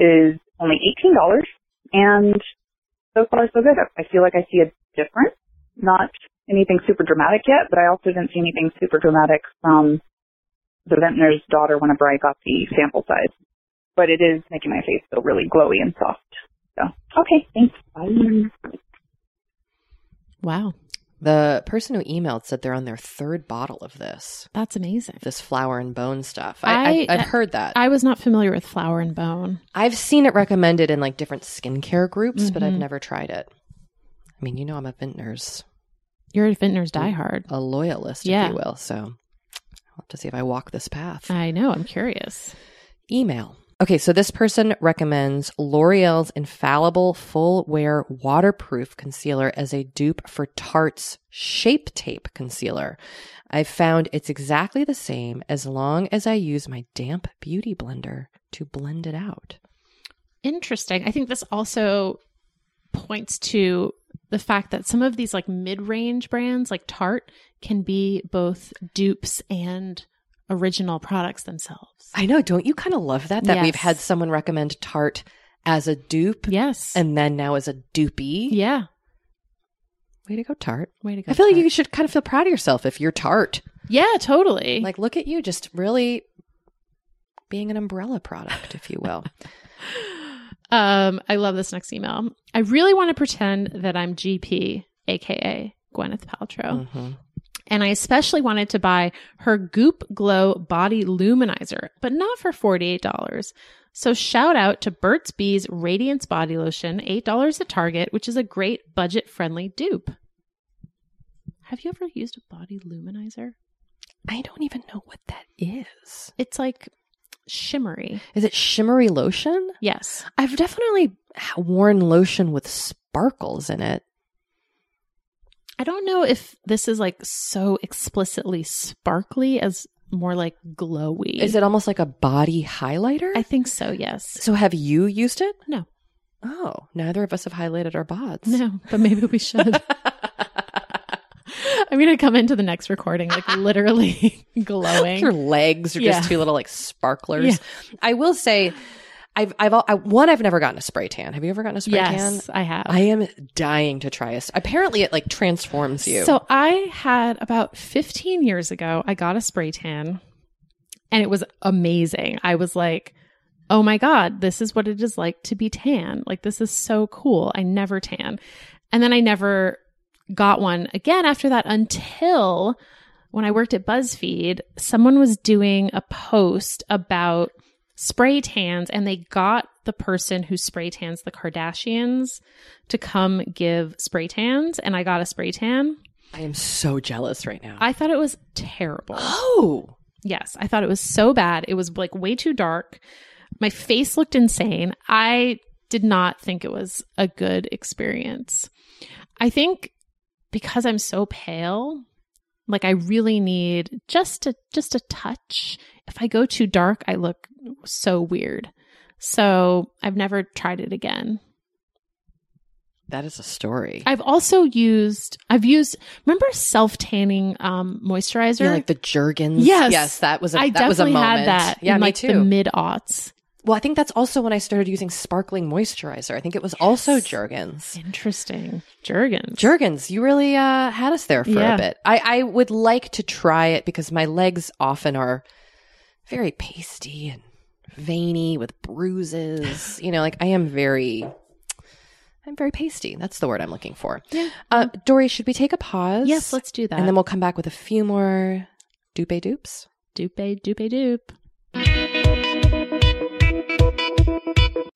Speaker 5: is only eighteen dollars, and so far so good. I feel like I see a difference. Not anything super dramatic yet, but I also didn't see anything super dramatic from the vintner's daughter whenever I got the sample size. But it is making my face feel really glowy and soft. So okay, thanks. Bye.
Speaker 3: Wow,
Speaker 2: The person who emailed said they're on their third bottle of this,
Speaker 3: That's amazing.
Speaker 2: this uh, flour and bone stuff. I, I,
Speaker 3: I-
Speaker 2: I've heard that.
Speaker 3: I was not familiar with flour and bone.
Speaker 2: I've seen it recommended in like different skincare groups, but I've
Speaker 3: Mhm.
Speaker 2: never tried it. I mean, you know, I'm a vintner's,
Speaker 3: You're a vintner's diehard.
Speaker 2: a loyalist,
Speaker 3: Yeah.
Speaker 2: if you will. So I'll have to see if I walk this path.
Speaker 3: I know. I'm curious.
Speaker 2: Email. Okay, so this person recommends L'Oreal's infallible full wear waterproof concealer as a dupe for Tarte's shape tape concealer. I've found it's exactly the same as long as I use my damp beauty blender to blend it out.
Speaker 3: Interesting. I think this also points to the fact that some of these like mid-range brands like Tarte can be both dupes and original products themselves.
Speaker 2: I know. Don't you kind of love that? That we've
Speaker 3: Yes.
Speaker 2: had someone recommend Tarte as a dupe
Speaker 3: Yes.
Speaker 2: and then now as a dupey.
Speaker 3: yeah.
Speaker 2: Way to go, Tarte.
Speaker 3: Way to go.
Speaker 2: I feel like
Speaker 3: Tarte.
Speaker 2: you should kind of feel proud of yourself if you're Tarte.
Speaker 3: Yeah, totally.
Speaker 2: Like, look at you just really being an umbrella product, if you
Speaker 3: *laughs*
Speaker 2: will.
Speaker 3: um, I love this next email. I really want to pretend that I'm GP, aka Gwyneth Paltrow.
Speaker 2: Mhm.
Speaker 3: And I especially wanted to buy her Goop Glow Body Luminizer, but not for $48. So shout out to Burt's Bees Radiance Body Lotion, $8 at Target, which is a great budget friendly dupe. Have you ever used a body luminizer?
Speaker 2: I don't even know what that is.
Speaker 3: It's like shimmery.
Speaker 2: Is it shimmery lotion?
Speaker 3: Yes.
Speaker 2: I've definitely worn lotion with sparkles in it.
Speaker 3: I don't know if this is like so explicitly sparkly as more like glowy.
Speaker 2: Is it almost like a body highlighter?
Speaker 3: I think so, yes.
Speaker 2: so have you used it?
Speaker 3: No.
Speaker 2: Oh, neither of us have highlighted our *laughs* bods.
Speaker 3: No, but maybe
Speaker 2: *laughs*
Speaker 3: we should. I'm going to come into the next recording like literally *laughs* glowing.
Speaker 2: Your legs are just
Speaker 3: Yeah.
Speaker 2: two little like sparklers. I will say, I've I've al- I, one I've never gotten a spray tan. Have you ever gotten a spray tan?
Speaker 3: Yes, I have.
Speaker 2: I am dying to try it. Apparently, it like transforms you.
Speaker 3: So I had about 15 years ago, I got a spray tan and it was amazing. I was like, oh my God, this is what it is like to be tan. Like, this is so cool. I never tan. And then I never got one again after that until when I worked at BuzzFeed, someone was doing a post about spray tans and they got the person who spray tans the Kardashians to come give spray tans and I got a spray tan.
Speaker 2: I am so jealous right now.
Speaker 3: I thought it was
Speaker 2: *gasps*
Speaker 3: terrible.
Speaker 2: oh,
Speaker 3: yes, I thought it was so bad. It was like way too dark. My face looked insane. I did not think it was a good experience. I think because I'm so pale, like I really need just a just a touch. If I go too dark, I look so weird. So, I've never tried it again.
Speaker 2: that is a story.
Speaker 3: I've also used I've used remember self tanning um moisturizer?
Speaker 2: Yeah, like the Jergens.
Speaker 3: Yes.
Speaker 2: yes, that was. A,
Speaker 3: I
Speaker 2: that was a
Speaker 3: definitely
Speaker 2: moment.
Speaker 3: had that
Speaker 2: Yeah,
Speaker 3: in
Speaker 2: me
Speaker 3: like
Speaker 2: too.
Speaker 3: the mid aughts.
Speaker 2: well, I think that's also when I started using sparkling moisturizer. I think it was also
Speaker 3: Yes.
Speaker 2: Jergens.
Speaker 3: Interesting. Jergens.
Speaker 2: Jergens, you really uh, had us there for
Speaker 3: Yeah.
Speaker 2: a bit. I, I would like to try it because my legs often are very pasty and veiny with bruises. you know, like I am very, I'm very pasty. That's the word I'm looking for.
Speaker 3: Yeah.
Speaker 2: Uh, Dory, should we take a pause?
Speaker 3: yes, let's do that.
Speaker 2: And then we'll come back with a few more dupe dupes.
Speaker 3: dupe dupe dupe.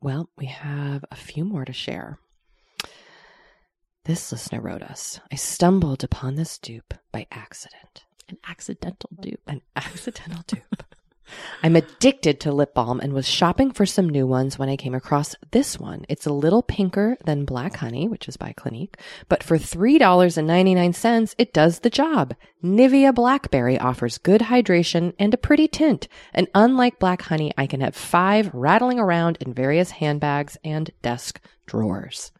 Speaker 2: Well, we have a few more to share. This listener wrote us I stumbled upon this dupe by accident.
Speaker 3: An accidental dupe.
Speaker 2: an accidental dupe. *laughs* I'm addicted to lip balm and was shopping for some new ones when I came across this one. It's a little pinker than Black Honey, which is by Clinique, but for $3.99, it does the job. Nivea Blackberry offers good hydration and a pretty tint. And unlike Black Honey, I can have five rattling around in various handbags and desk drawers.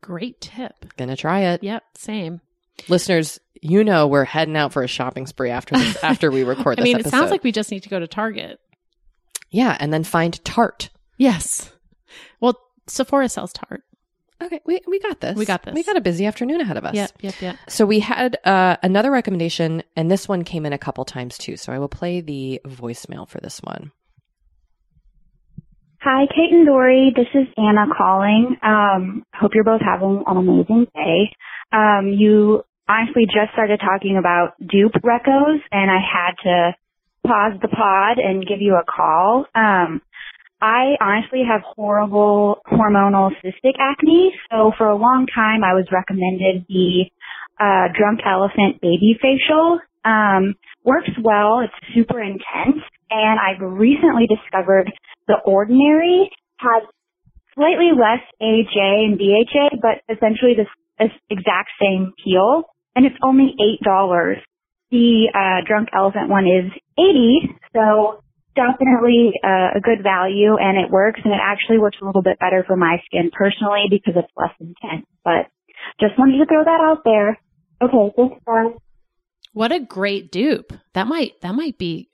Speaker 3: Great tip.
Speaker 2: Gonna try it.
Speaker 3: Yep, same.
Speaker 2: Listeners, you know we're heading out for a shopping spree after this, after we
Speaker 3: *laughs*
Speaker 2: record
Speaker 3: I
Speaker 2: this
Speaker 3: mean, it sounds
Speaker 2: episode.
Speaker 3: like we just need to go to Target.
Speaker 2: Yeah, and then find Tarte.
Speaker 3: Yes. Well, Sephora sells Tarte.
Speaker 2: Okay, we, we got this.
Speaker 3: We got this.
Speaker 2: We got a busy afternoon ahead of us.
Speaker 3: Yep, yep, yep.
Speaker 2: So we had uh, another recommendation, and this one came in a couple times too. So I will play the voicemail for this one.
Speaker 6: Hi, Kate and Dory. This is Anna calling. Um, hope you're both having an amazing day. Um, you honestly just started talking about dupe recos, and I had to pause the pod and give you a call. Um, I honestly have horrible hormonal cystic acne, so for a long time I was recommended the uh, Drunk Elephant Baby Facial. Um, works well. It's super intense, and I've recently discovered the ordinary has slightly less AHA and BHA, but essentially the s- exact same peel, and it's only eight dollars. The uh, drunk elephant one is eighty, so definitely uh, a good value, and it works, and it actually works a little bit better for my skin personally because it's less intense. But just wanted to throw that out there. Okay, thanks, guys.
Speaker 3: What a great dupe. That might that might be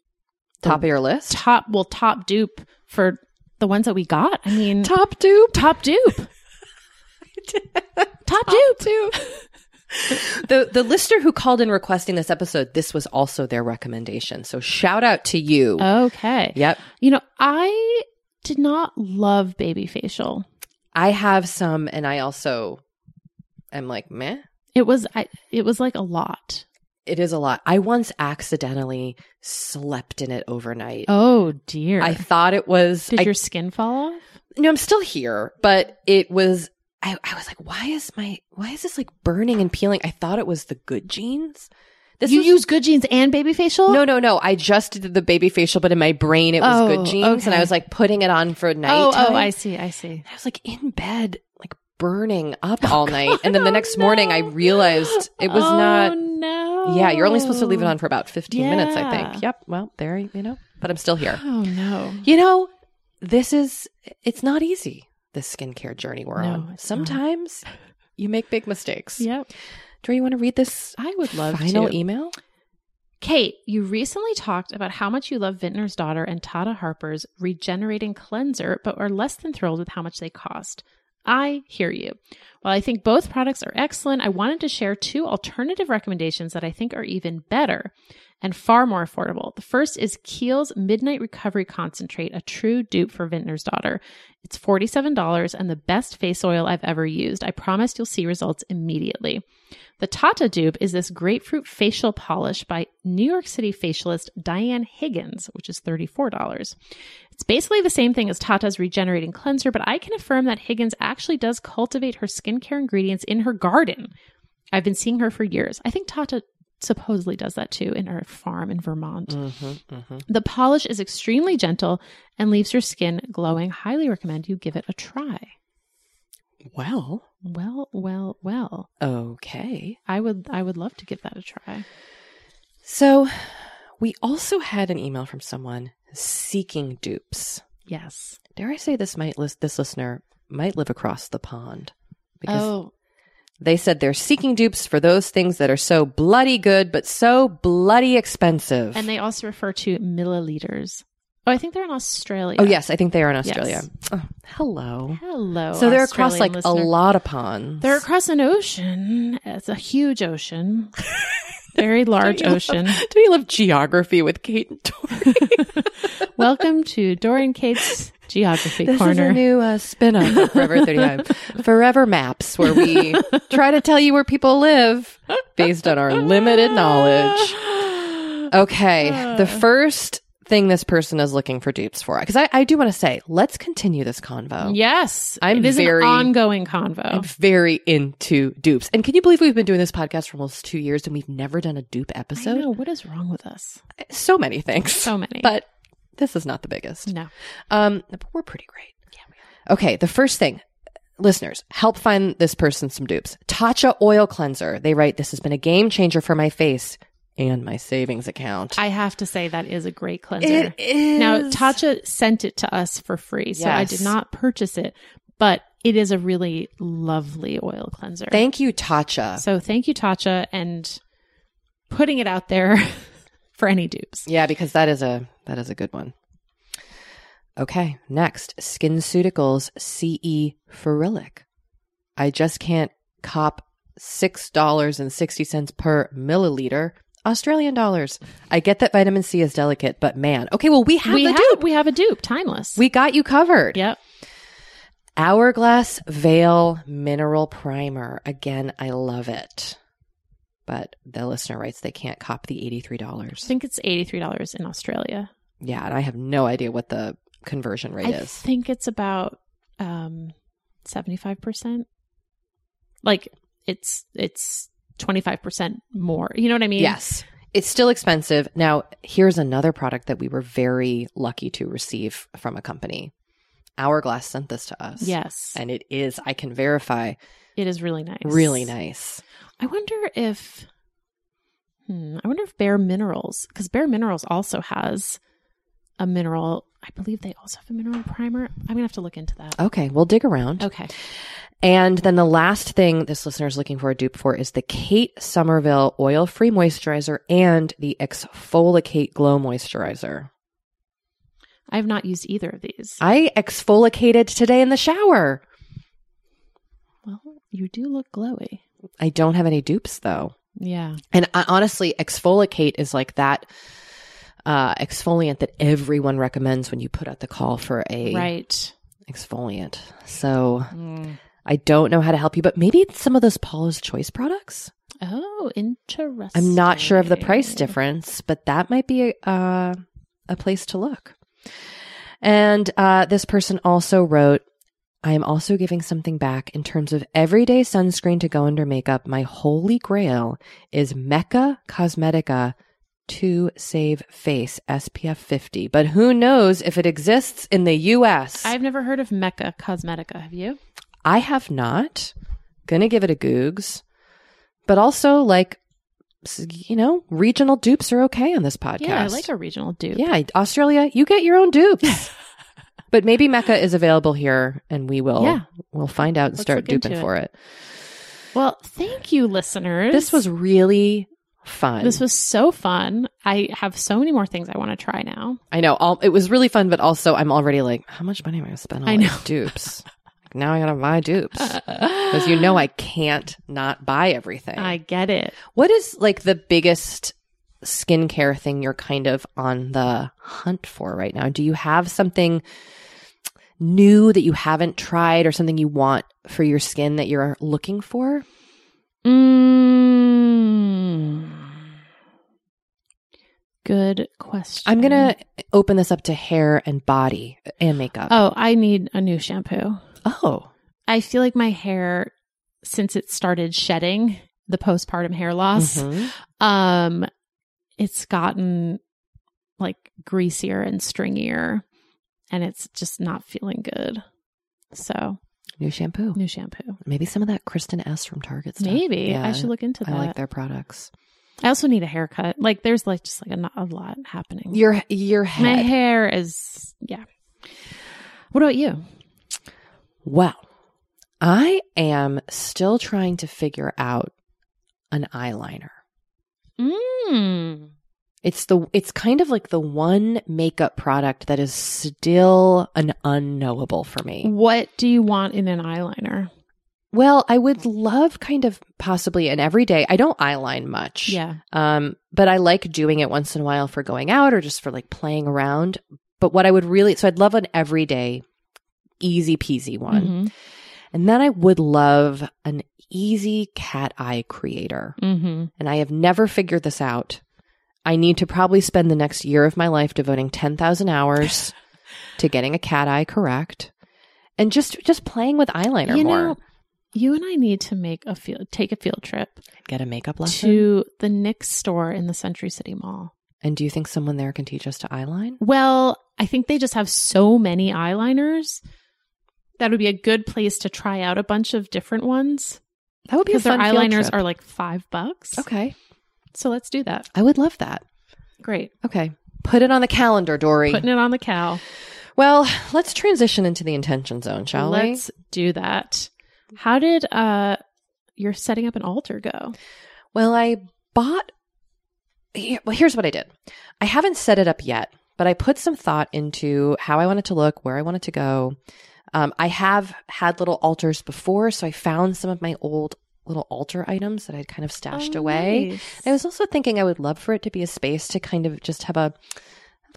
Speaker 2: Top of your list.
Speaker 3: top well top dupe for the ones that we got. I
Speaker 2: *laughs*
Speaker 3: mean,
Speaker 2: Top dupe.
Speaker 3: top dupe. *laughs* top dupe.
Speaker 2: the the listener who called in requesting this episode, this was also their recommendation. So shout out to you.
Speaker 3: Oh. Okay.
Speaker 2: Yep.
Speaker 3: You know, I did not love baby facial.
Speaker 2: I have some, and I also am like meh.
Speaker 3: It was I it was like a lot.
Speaker 2: It is a lot. I once accidentally slept in it overnight.
Speaker 3: Oh dear.
Speaker 2: I thought it was
Speaker 3: did
Speaker 2: I
Speaker 3: your skin fall off?
Speaker 2: No, I'm still here, but it was I, I was like, why is my why is this like burning and peeling? I thought it was the good genes. This
Speaker 3: you
Speaker 2: was-
Speaker 3: use good jeans and baby facial?
Speaker 2: no, no, no. I just did the baby facial, but in my brain it was
Speaker 3: Oh,
Speaker 2: good jeans, and
Speaker 3: okay.
Speaker 2: I was like putting it on for night.
Speaker 3: Oh, oh, I see. I see.
Speaker 2: I was like in bed, like burning up all night, and then
Speaker 3: *laughs*
Speaker 2: the next morning I realized it was
Speaker 3: Oh,
Speaker 2: not.
Speaker 3: No.
Speaker 2: Yeah, you're only supposed to leave it on for about 15 minutes, I
Speaker 3: Yeah.
Speaker 2: think. Yep. Well, there you know, but I'm still here.
Speaker 3: Oh no.
Speaker 2: You know, this is it's not easy. This skincare journey we're
Speaker 3: No,
Speaker 2: on.
Speaker 3: it's
Speaker 2: Sometimes you make big mistakes.
Speaker 3: Yep.
Speaker 2: Dre, you want to read this?
Speaker 3: I would love
Speaker 2: final
Speaker 3: to.
Speaker 2: email.
Speaker 3: Kate, you recently talked about how much you love Vintner's Daughter and Tata Harper's Regenerating Cleanser, but are less than thrilled with how much they cost. I hear you. While I think both products are excellent, I wanted to share two alternative recommendations that I think are even better and far more affordable. The first is Kiehl's Midnight Recovery Concentrate, a true dupe for Vintner's Daughter. It's $47 and the best face oil I've ever used. I promise you'll see results immediately. The Tata dupe is this grapefruit facial polish by New York City facialist Diane Higgins, which is $34. It's basically the same thing as Tata's regenerating cleanser, but I can affirm that Higgins actually does cultivate her skincare ingredients in her garden. I've been seeing her for years. I think Tata supposedly does that too in her farm in Vermont.
Speaker 2: Mm.
Speaker 3: The polish is extremely gentle and leaves your skin glowing. Highly recommend you give it a try.
Speaker 2: Well,
Speaker 3: Well, well, well.
Speaker 2: okay.
Speaker 3: I would I would love to give that a try.
Speaker 2: So we also had an email from someone seeking dupes.
Speaker 3: Yes.
Speaker 2: Dare I say this might list this listener might live across the pond because
Speaker 3: oh,
Speaker 2: they said they're seeking dupes for those things that are so bloody good but so bloody expensive.
Speaker 3: and they also refer to milliliters. Oh, I think they're in Australia.
Speaker 2: Oh yes, I think they are in
Speaker 3: Yes.
Speaker 2: Australia. Oh, hello.
Speaker 3: Hello.
Speaker 2: so they're across like
Speaker 3: Australian
Speaker 2: a
Speaker 3: listener.
Speaker 2: lot of ponds.
Speaker 3: They're across an ocean. It's a
Speaker 2: *laughs*
Speaker 3: huge ocean, very large
Speaker 2: Don't you
Speaker 3: ocean.
Speaker 2: love- do you love geography with Kate and Tori?
Speaker 3: Welcome to Dorian Kate's Geography
Speaker 2: this is
Speaker 3: Corner.
Speaker 2: a new uh, spin-off of Forever 35. *laughs* Forever Maps where *laughs* we try to tell you where people live based on our limited *sighs* knowledge. Okay. the first thing this person is looking for dupes for, because I, I do want to say, let's continue this convo.
Speaker 3: yes,
Speaker 2: I'm
Speaker 3: it is
Speaker 2: very-
Speaker 3: an ongoing convo.
Speaker 2: I'm very into dupes. And can you believe we've been doing this podcast for almost two years and we've never done a dupe
Speaker 3: I know
Speaker 2: episode?
Speaker 3: what is wrong with us.
Speaker 2: So many things.
Speaker 3: So many.
Speaker 2: But this is not the biggest.
Speaker 3: no,
Speaker 2: Um, but we're pretty great. Yeah, we are. Okay, the first thing, listeners, help find this person some dupes. Tatcha Oil Cleanser. They write, This has been a game changer for my face and my savings account.
Speaker 3: I have to say that is a great cleanser.
Speaker 2: it is.
Speaker 3: Now, Tatcha sent it to us for free, so I
Speaker 2: Yes.
Speaker 3: did not purchase it, but it is a really lovely oil cleanser.
Speaker 2: Thank you, Tatcha.
Speaker 3: so thank you, Tatcha, and putting it out there *laughs* for any dupes.
Speaker 2: yeah, because that is a that is a good one. Okay, next, SkinCeuticals CE Ferulic. I just can't cop six dollars and sixty cents per milliliter Australian dollars. I get that vitamin C is delicate, but man, okay, well we have
Speaker 3: we
Speaker 2: the
Speaker 3: have
Speaker 2: dupe.
Speaker 3: we have a dupe, timeless.
Speaker 2: We got you covered.
Speaker 3: yep.
Speaker 2: Hourglass Veil Mineral Primer. Again, I love it. But the listener writes they can't cop the eighty-three dollars.
Speaker 3: I think it's eighty three dollars in Australia.
Speaker 2: Yeah, and I have no idea what the conversion rate
Speaker 3: I
Speaker 2: is.
Speaker 3: think it's about um seventy five percent. Like it's it's twenty five percent more. You know what I mean?
Speaker 2: Yes. It's still expensive. Now, here's another product that we were very lucky to receive from a company. Hourglass sent this to us.
Speaker 3: Yes.
Speaker 2: And it is, I can verify,
Speaker 3: It is really nice.
Speaker 2: really nice.
Speaker 3: I wonder if, hmm, I wonder if Bare Minerals, because Bare Minerals also has a mineral. I believe they also have a mineral primer. I'm gonna have to look into that.
Speaker 2: Okay, we'll dig around.
Speaker 3: Okay.
Speaker 2: And then the last thing this listener is looking for a dupe for is the Kate Somerville oil free moisturizer and the exfoliate glow moisturizer.
Speaker 3: I have not used either of these.
Speaker 2: I exfoliated today in the shower.
Speaker 3: well, you do look glowy.
Speaker 2: I don't have any dupes though.
Speaker 3: Yeah.
Speaker 2: And I, honestly, exfoliate is like that uh, exfoliant that everyone recommends when you put out the call for a
Speaker 3: Right.
Speaker 2: exfoliant. So I don't know how to help you, but maybe it's some of those Paula's Choice products.
Speaker 3: Oh, interesting.
Speaker 2: I'm not sure of the price difference, but that might be a, uh, a place to look. And uh, this person also wrote, I am also giving something back in terms of everyday sunscreen to go under makeup. My holy grail is Mecca Cosmetica to save face SPF 50. But who knows if it exists in the US?
Speaker 3: I've never heard of Mecca Cosmetica. Have you?
Speaker 2: I have not. Gonna give it a googs. But also, like, s- you know, regional dupes are okay on this podcast.
Speaker 3: Yeah, I like a regional dupe.
Speaker 2: Yeah, Australia, you get your own
Speaker 3: *laughs*
Speaker 2: dupes. but maybe Mecca is available here and we will
Speaker 3: Yeah.
Speaker 2: we'll find out and
Speaker 3: Let's
Speaker 2: start
Speaker 3: look into
Speaker 2: duping
Speaker 3: it.
Speaker 2: for it.
Speaker 3: Well, thank you, listeners.
Speaker 2: This was really fun.
Speaker 3: this was so fun. I have so many more things I want to try now.
Speaker 2: I know. All, it was really fun, but also I'm already like, how much money am I going to spend on
Speaker 3: I
Speaker 2: like,
Speaker 3: know.
Speaker 2: dupes? Like, now I got to buy dupes
Speaker 3: *laughs*
Speaker 2: because you know I can't not buy everything.
Speaker 3: *sighs* I get it.
Speaker 2: what is like the biggest skincare thing you're kind of on the hunt for right now? Do you have something new that you haven't tried or something you want for your skin that you're looking for?
Speaker 3: Mm. Good question.
Speaker 2: I'm going to open this up to hair and body and makeup.
Speaker 3: Mm-hmm. Oh, I need a new shampoo.
Speaker 2: oh.
Speaker 3: I feel like my hair, since it started shedding, the postpartum hair loss,
Speaker 2: Mhm.
Speaker 3: um, it's gotten like greasier and stringier, and it's just not feeling good. So,
Speaker 2: New shampoo.
Speaker 3: new shampoo.
Speaker 2: Maybe some of that Kristen S from Target stuff.
Speaker 3: Maybe
Speaker 2: Yeah,
Speaker 3: I should look into that.
Speaker 2: I
Speaker 3: I,
Speaker 2: like their products.
Speaker 3: also need a haircut. Like, there's like just like a, a lot happening.
Speaker 2: Your your head.
Speaker 3: My hair is yeah. What about you?
Speaker 2: Well, I am still trying to figure out an eyeliner.
Speaker 3: Mm.
Speaker 2: It's the it's kind of like the one makeup product that is still an unknowable for me.
Speaker 3: What do you want in an eyeliner?
Speaker 2: Well, I would love kind of possibly an everyday. I don't eyeline much.
Speaker 3: Yeah.
Speaker 2: Um, but I like doing it once in a while for going out or just for like playing around. But what I would really so I'd love an everyday easy peasy one.
Speaker 3: Mm-hmm.
Speaker 2: And then I would love an easy cat eye creator.
Speaker 3: Mm-hmm.
Speaker 2: And I have never figured this out. I need to probably spend the next year of my life devoting 10,000
Speaker 3: *laughs*
Speaker 2: hours to getting a cat eye correct and just just playing with eyeliner
Speaker 3: You
Speaker 2: more.
Speaker 3: know, you and I need to make a field take a field trip
Speaker 2: Get a makeup lesson.
Speaker 3: to the Nick's store in the Century City Mall.
Speaker 2: and do you think someone there can teach us to eyeline?
Speaker 3: Well, I think they just have so many eyeliners. That would be a good place to try out a bunch of different ones
Speaker 2: That would be a
Speaker 3: because their
Speaker 2: fun field
Speaker 3: eyeliners
Speaker 2: trip.
Speaker 3: are like five bucks.
Speaker 2: Okay.
Speaker 3: So let's do that.
Speaker 2: I would love that.
Speaker 3: Great.
Speaker 2: Okay. Put it on the calendar, Dory.
Speaker 3: Putting it on the cow.
Speaker 2: well, let's transition into the intention zone, shall we?
Speaker 3: Let's do that. How did uh your setting up an altar go?
Speaker 2: Well, I bought. Here- Well, here's what I did. I haven't set it up yet, but I put some thought into how I want it to look, where I want it to go. Um, I have had little altars before, so I found some of my old little altar items that I'd kind of stashed
Speaker 3: Oh,
Speaker 2: away.
Speaker 3: nice.
Speaker 2: I was also thinking I would love for it to be a space to kind of just have a, a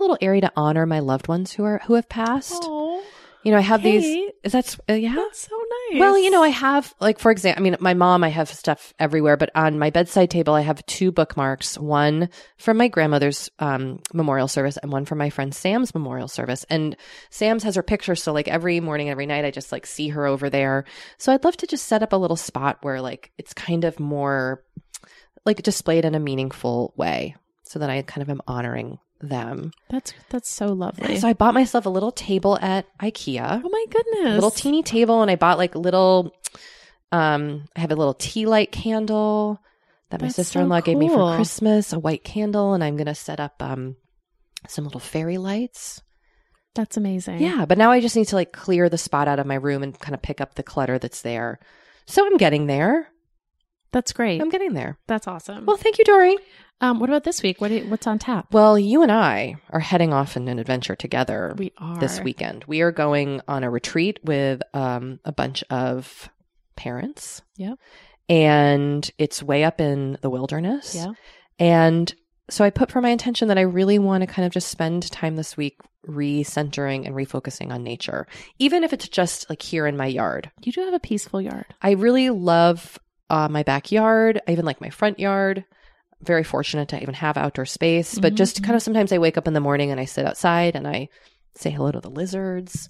Speaker 2: little area to honor my loved ones who are who have passed.
Speaker 3: Oh,
Speaker 2: you know, I have these.
Speaker 3: Kate.
Speaker 2: Is that uh, yeah?
Speaker 3: that's so nice.
Speaker 2: Well, you know, I have like for example, I mean, my mom, I have stuff everywhere, but on my bedside table, I have two bookmarks: one from my grandmother's um, memorial service, and one from my friend Sam's memorial service. And Sam's has her picture, so like every morning, every night, I just like see her over there. So I'd love to just set up a little spot where like it's kind of more like displayed in a meaningful way, so that I kind of am honoring them.
Speaker 3: that's that's so lovely.
Speaker 2: So I bought myself a little table at IKEA
Speaker 3: oh my goodness,
Speaker 2: little teeny table and I bought like little um I have a little tea light candle that my
Speaker 3: That's so
Speaker 2: sister-in-law gave me for
Speaker 3: cool.
Speaker 2: Christmas, a white candle and I'm going to set up um some little fairy lights.
Speaker 3: That's amazing.
Speaker 2: Yeah, but now I just need to like clear the spot out of my room and kind of pick up the clutter that's there. So I'm getting there.
Speaker 3: that's great.
Speaker 2: I'm getting there.
Speaker 3: that's awesome.
Speaker 2: Well, thank you, Dory.
Speaker 3: um, what about this week? What do you- what's on tap?
Speaker 2: Well, you and I are heading off on an adventure together.
Speaker 3: we are
Speaker 2: this weekend. We are going on a retreat with um, a bunch of parents.
Speaker 3: Yep.
Speaker 2: And it's way up in the wilderness.
Speaker 3: Yeah.
Speaker 2: And so I put for my intention that I really want to kind of just spend time this week recentering and refocusing on nature, even if it's just like here in my yard.
Speaker 3: You do have a peaceful yard.
Speaker 2: I really love uh, my backyard. I even like my front yard. Very fortunate to even have outdoor space, but
Speaker 3: Mhm,
Speaker 2: just
Speaker 3: mhm.
Speaker 2: kind of sometimes I wake up in the morning and I sit outside and I say hello to the lizards.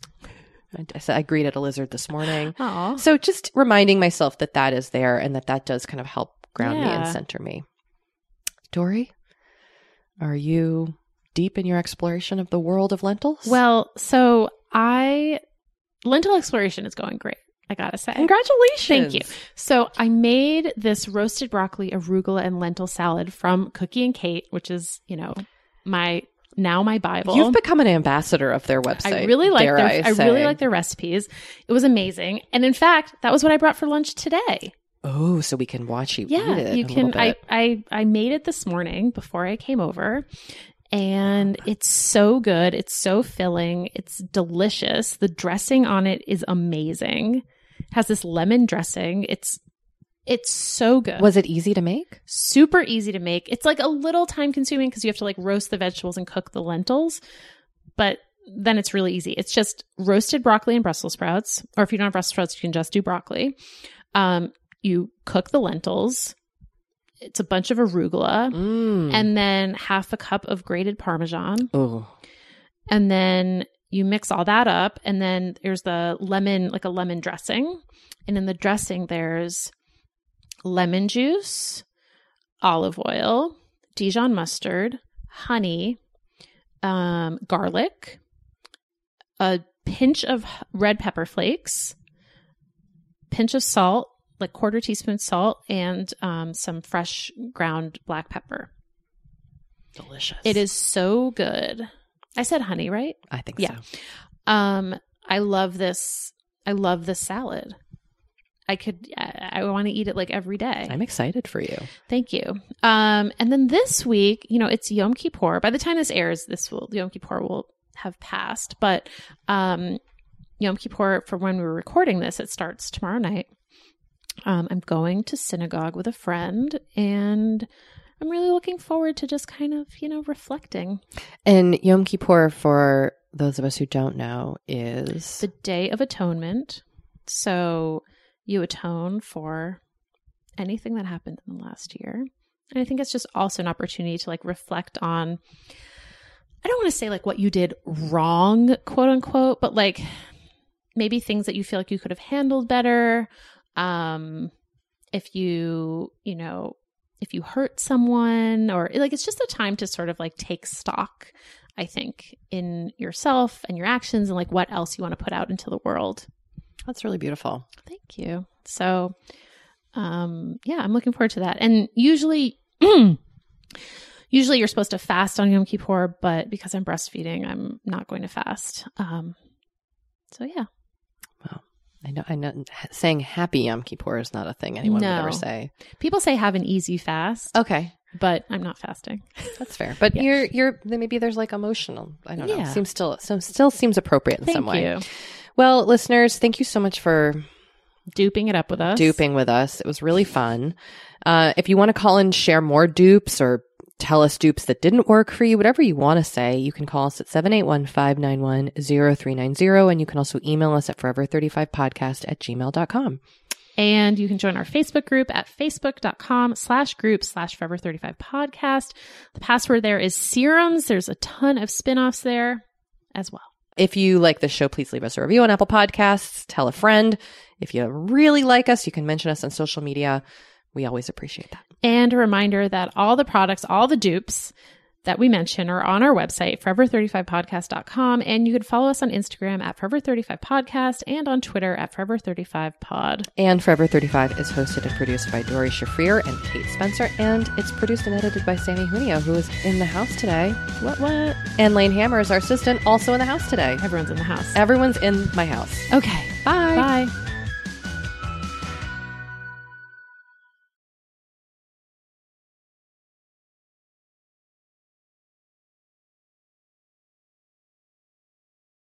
Speaker 2: I, I said I greeted a lizard this
Speaker 3: *gasps*
Speaker 2: morning.
Speaker 3: Oh,
Speaker 2: So just reminding myself that that is there and that that does kind of help ground me and
Speaker 3: Yeah.
Speaker 2: center me. Dory, are you deep in your exploration of the world of lentils?
Speaker 3: well, so I lentil exploration is going great. I gotta say,
Speaker 2: congratulations.
Speaker 3: Thank you. So I made this roasted broccoli, arugula, and lentil salad from Cookie and Kate, which is you know my now my bible.
Speaker 2: You've become an ambassador of their website.
Speaker 3: I really like
Speaker 2: dare
Speaker 3: their
Speaker 2: I,
Speaker 3: I, really
Speaker 2: say.
Speaker 3: like their recipes. It was amazing, and in fact, that was what I brought for lunch today.
Speaker 2: Oh, so we can watch you eat
Speaker 3: yeah,
Speaker 2: it.
Speaker 3: you
Speaker 2: a
Speaker 3: can.
Speaker 2: little
Speaker 3: I
Speaker 2: bit.
Speaker 3: I I made it this morning before I came over, and it's so good. It's so filling. It's delicious. The dressing on it is amazing. It has this lemon dressing. It's it's so good
Speaker 2: Was it easy to make?
Speaker 3: super easy to make. It's like a little time consuming because you have to like roast the vegetables and cook the lentils, but then it's really easy. It's just roasted broccoli and Brussels sprouts, or if you don't have Brussels sprouts, you can just do broccoli. Um, you cook the lentils. It's a bunch of arugula,
Speaker 2: Mm.
Speaker 3: and then half a cup of grated parmesan,
Speaker 2: oh,
Speaker 3: and then you mix all that up, and then there's the lemon, like a lemon dressing, and in the dressing there's lemon juice, olive oil, Dijon mustard, honey, um, garlic, a pinch of h- red pepper flakes, pinch of salt, like quarter teaspoon salt, and um, some fresh ground black pepper.
Speaker 2: delicious.
Speaker 3: It is so good. I said honey, right?
Speaker 2: I think
Speaker 3: yeah.
Speaker 2: so.
Speaker 3: Um, I love this. I love this salad. I could. I, I want to eat it like every day.
Speaker 2: I'm excited for you.
Speaker 3: Thank you. Um, and then this week, you know, it's Yom Kippur. By the time this airs, this will Yom Kippur will have passed. But um, Yom Kippur, for when we're recording this, it starts tomorrow night. Um, I'm going to synagogue with a friend, and I'm really looking forward to just kind of, you know, reflecting.
Speaker 2: And Yom Kippur, for those of us who don't know, is
Speaker 3: the Day of Atonement. So you atone for anything that happened in the last year. And I think it's just also an opportunity to like reflect on, I don't want to say like what you did wrong, quote unquote, but like maybe things that you feel like you could have handled better. Um, if you, you know, if you hurt someone or like it's just a time to sort of like take stock I think, in yourself and your actions and like what else you want to put out into the world.
Speaker 2: that's really beautiful.
Speaker 3: Thank you. So, um, yeah, I'm looking forward to that. And usually, *clears throat* usually you're supposed to fast on Yom Kippur, but because I'm breastfeeding, I'm not going to fast. Um, so yeah,
Speaker 2: I know. I know. Saying Happy Yom Kippur is not a thing anyone would
Speaker 3: No.
Speaker 2: ever say.
Speaker 3: people say have an easy fast,
Speaker 2: Okay,
Speaker 3: but I'm not fasting.
Speaker 2: that's fair. But
Speaker 3: Yeah.
Speaker 2: you're you're then maybe there's like emotional. I don't know.
Speaker 3: Yeah.
Speaker 2: Seems still so still seems appropriate in
Speaker 3: Thank
Speaker 2: some way.
Speaker 3: you,
Speaker 2: Well, listeners, thank you so much for
Speaker 3: duping it up with us.
Speaker 2: duping with us. It was really fun. Uh, if you want to call and share more dupes or tell us dupes that didn't work for you, whatever you want to say, you can call us at 781 591 0390. And you can also email us at forever35podcast at gmail.com.
Speaker 3: And you can join our Facebook group at facebook.com slash group slash forever 35 podcast. The password there is serums. There's a ton of spin-offs there as well.
Speaker 2: If you like this show, please leave us a review on Apple Podcasts. Tell a friend. If you really like us, you can mention us on social media. We always appreciate that.
Speaker 3: And a reminder that all the products, all the dupes that we mention are on our website, forever35podcast.com. And you can follow us on Instagram at forever35podcast and on Twitter at forever35pod.
Speaker 2: And Forever 35 is hosted and produced by Dory Shafrir and Kate Spencer. And it's produced and edited by Sammy Junio, who is in the house today.
Speaker 3: What, what?
Speaker 2: And Lane Hammer is our assistant, also in the house today.
Speaker 3: Everyone's in the house.
Speaker 2: Everyone's in my house.
Speaker 3: Okay. Bye. Bye.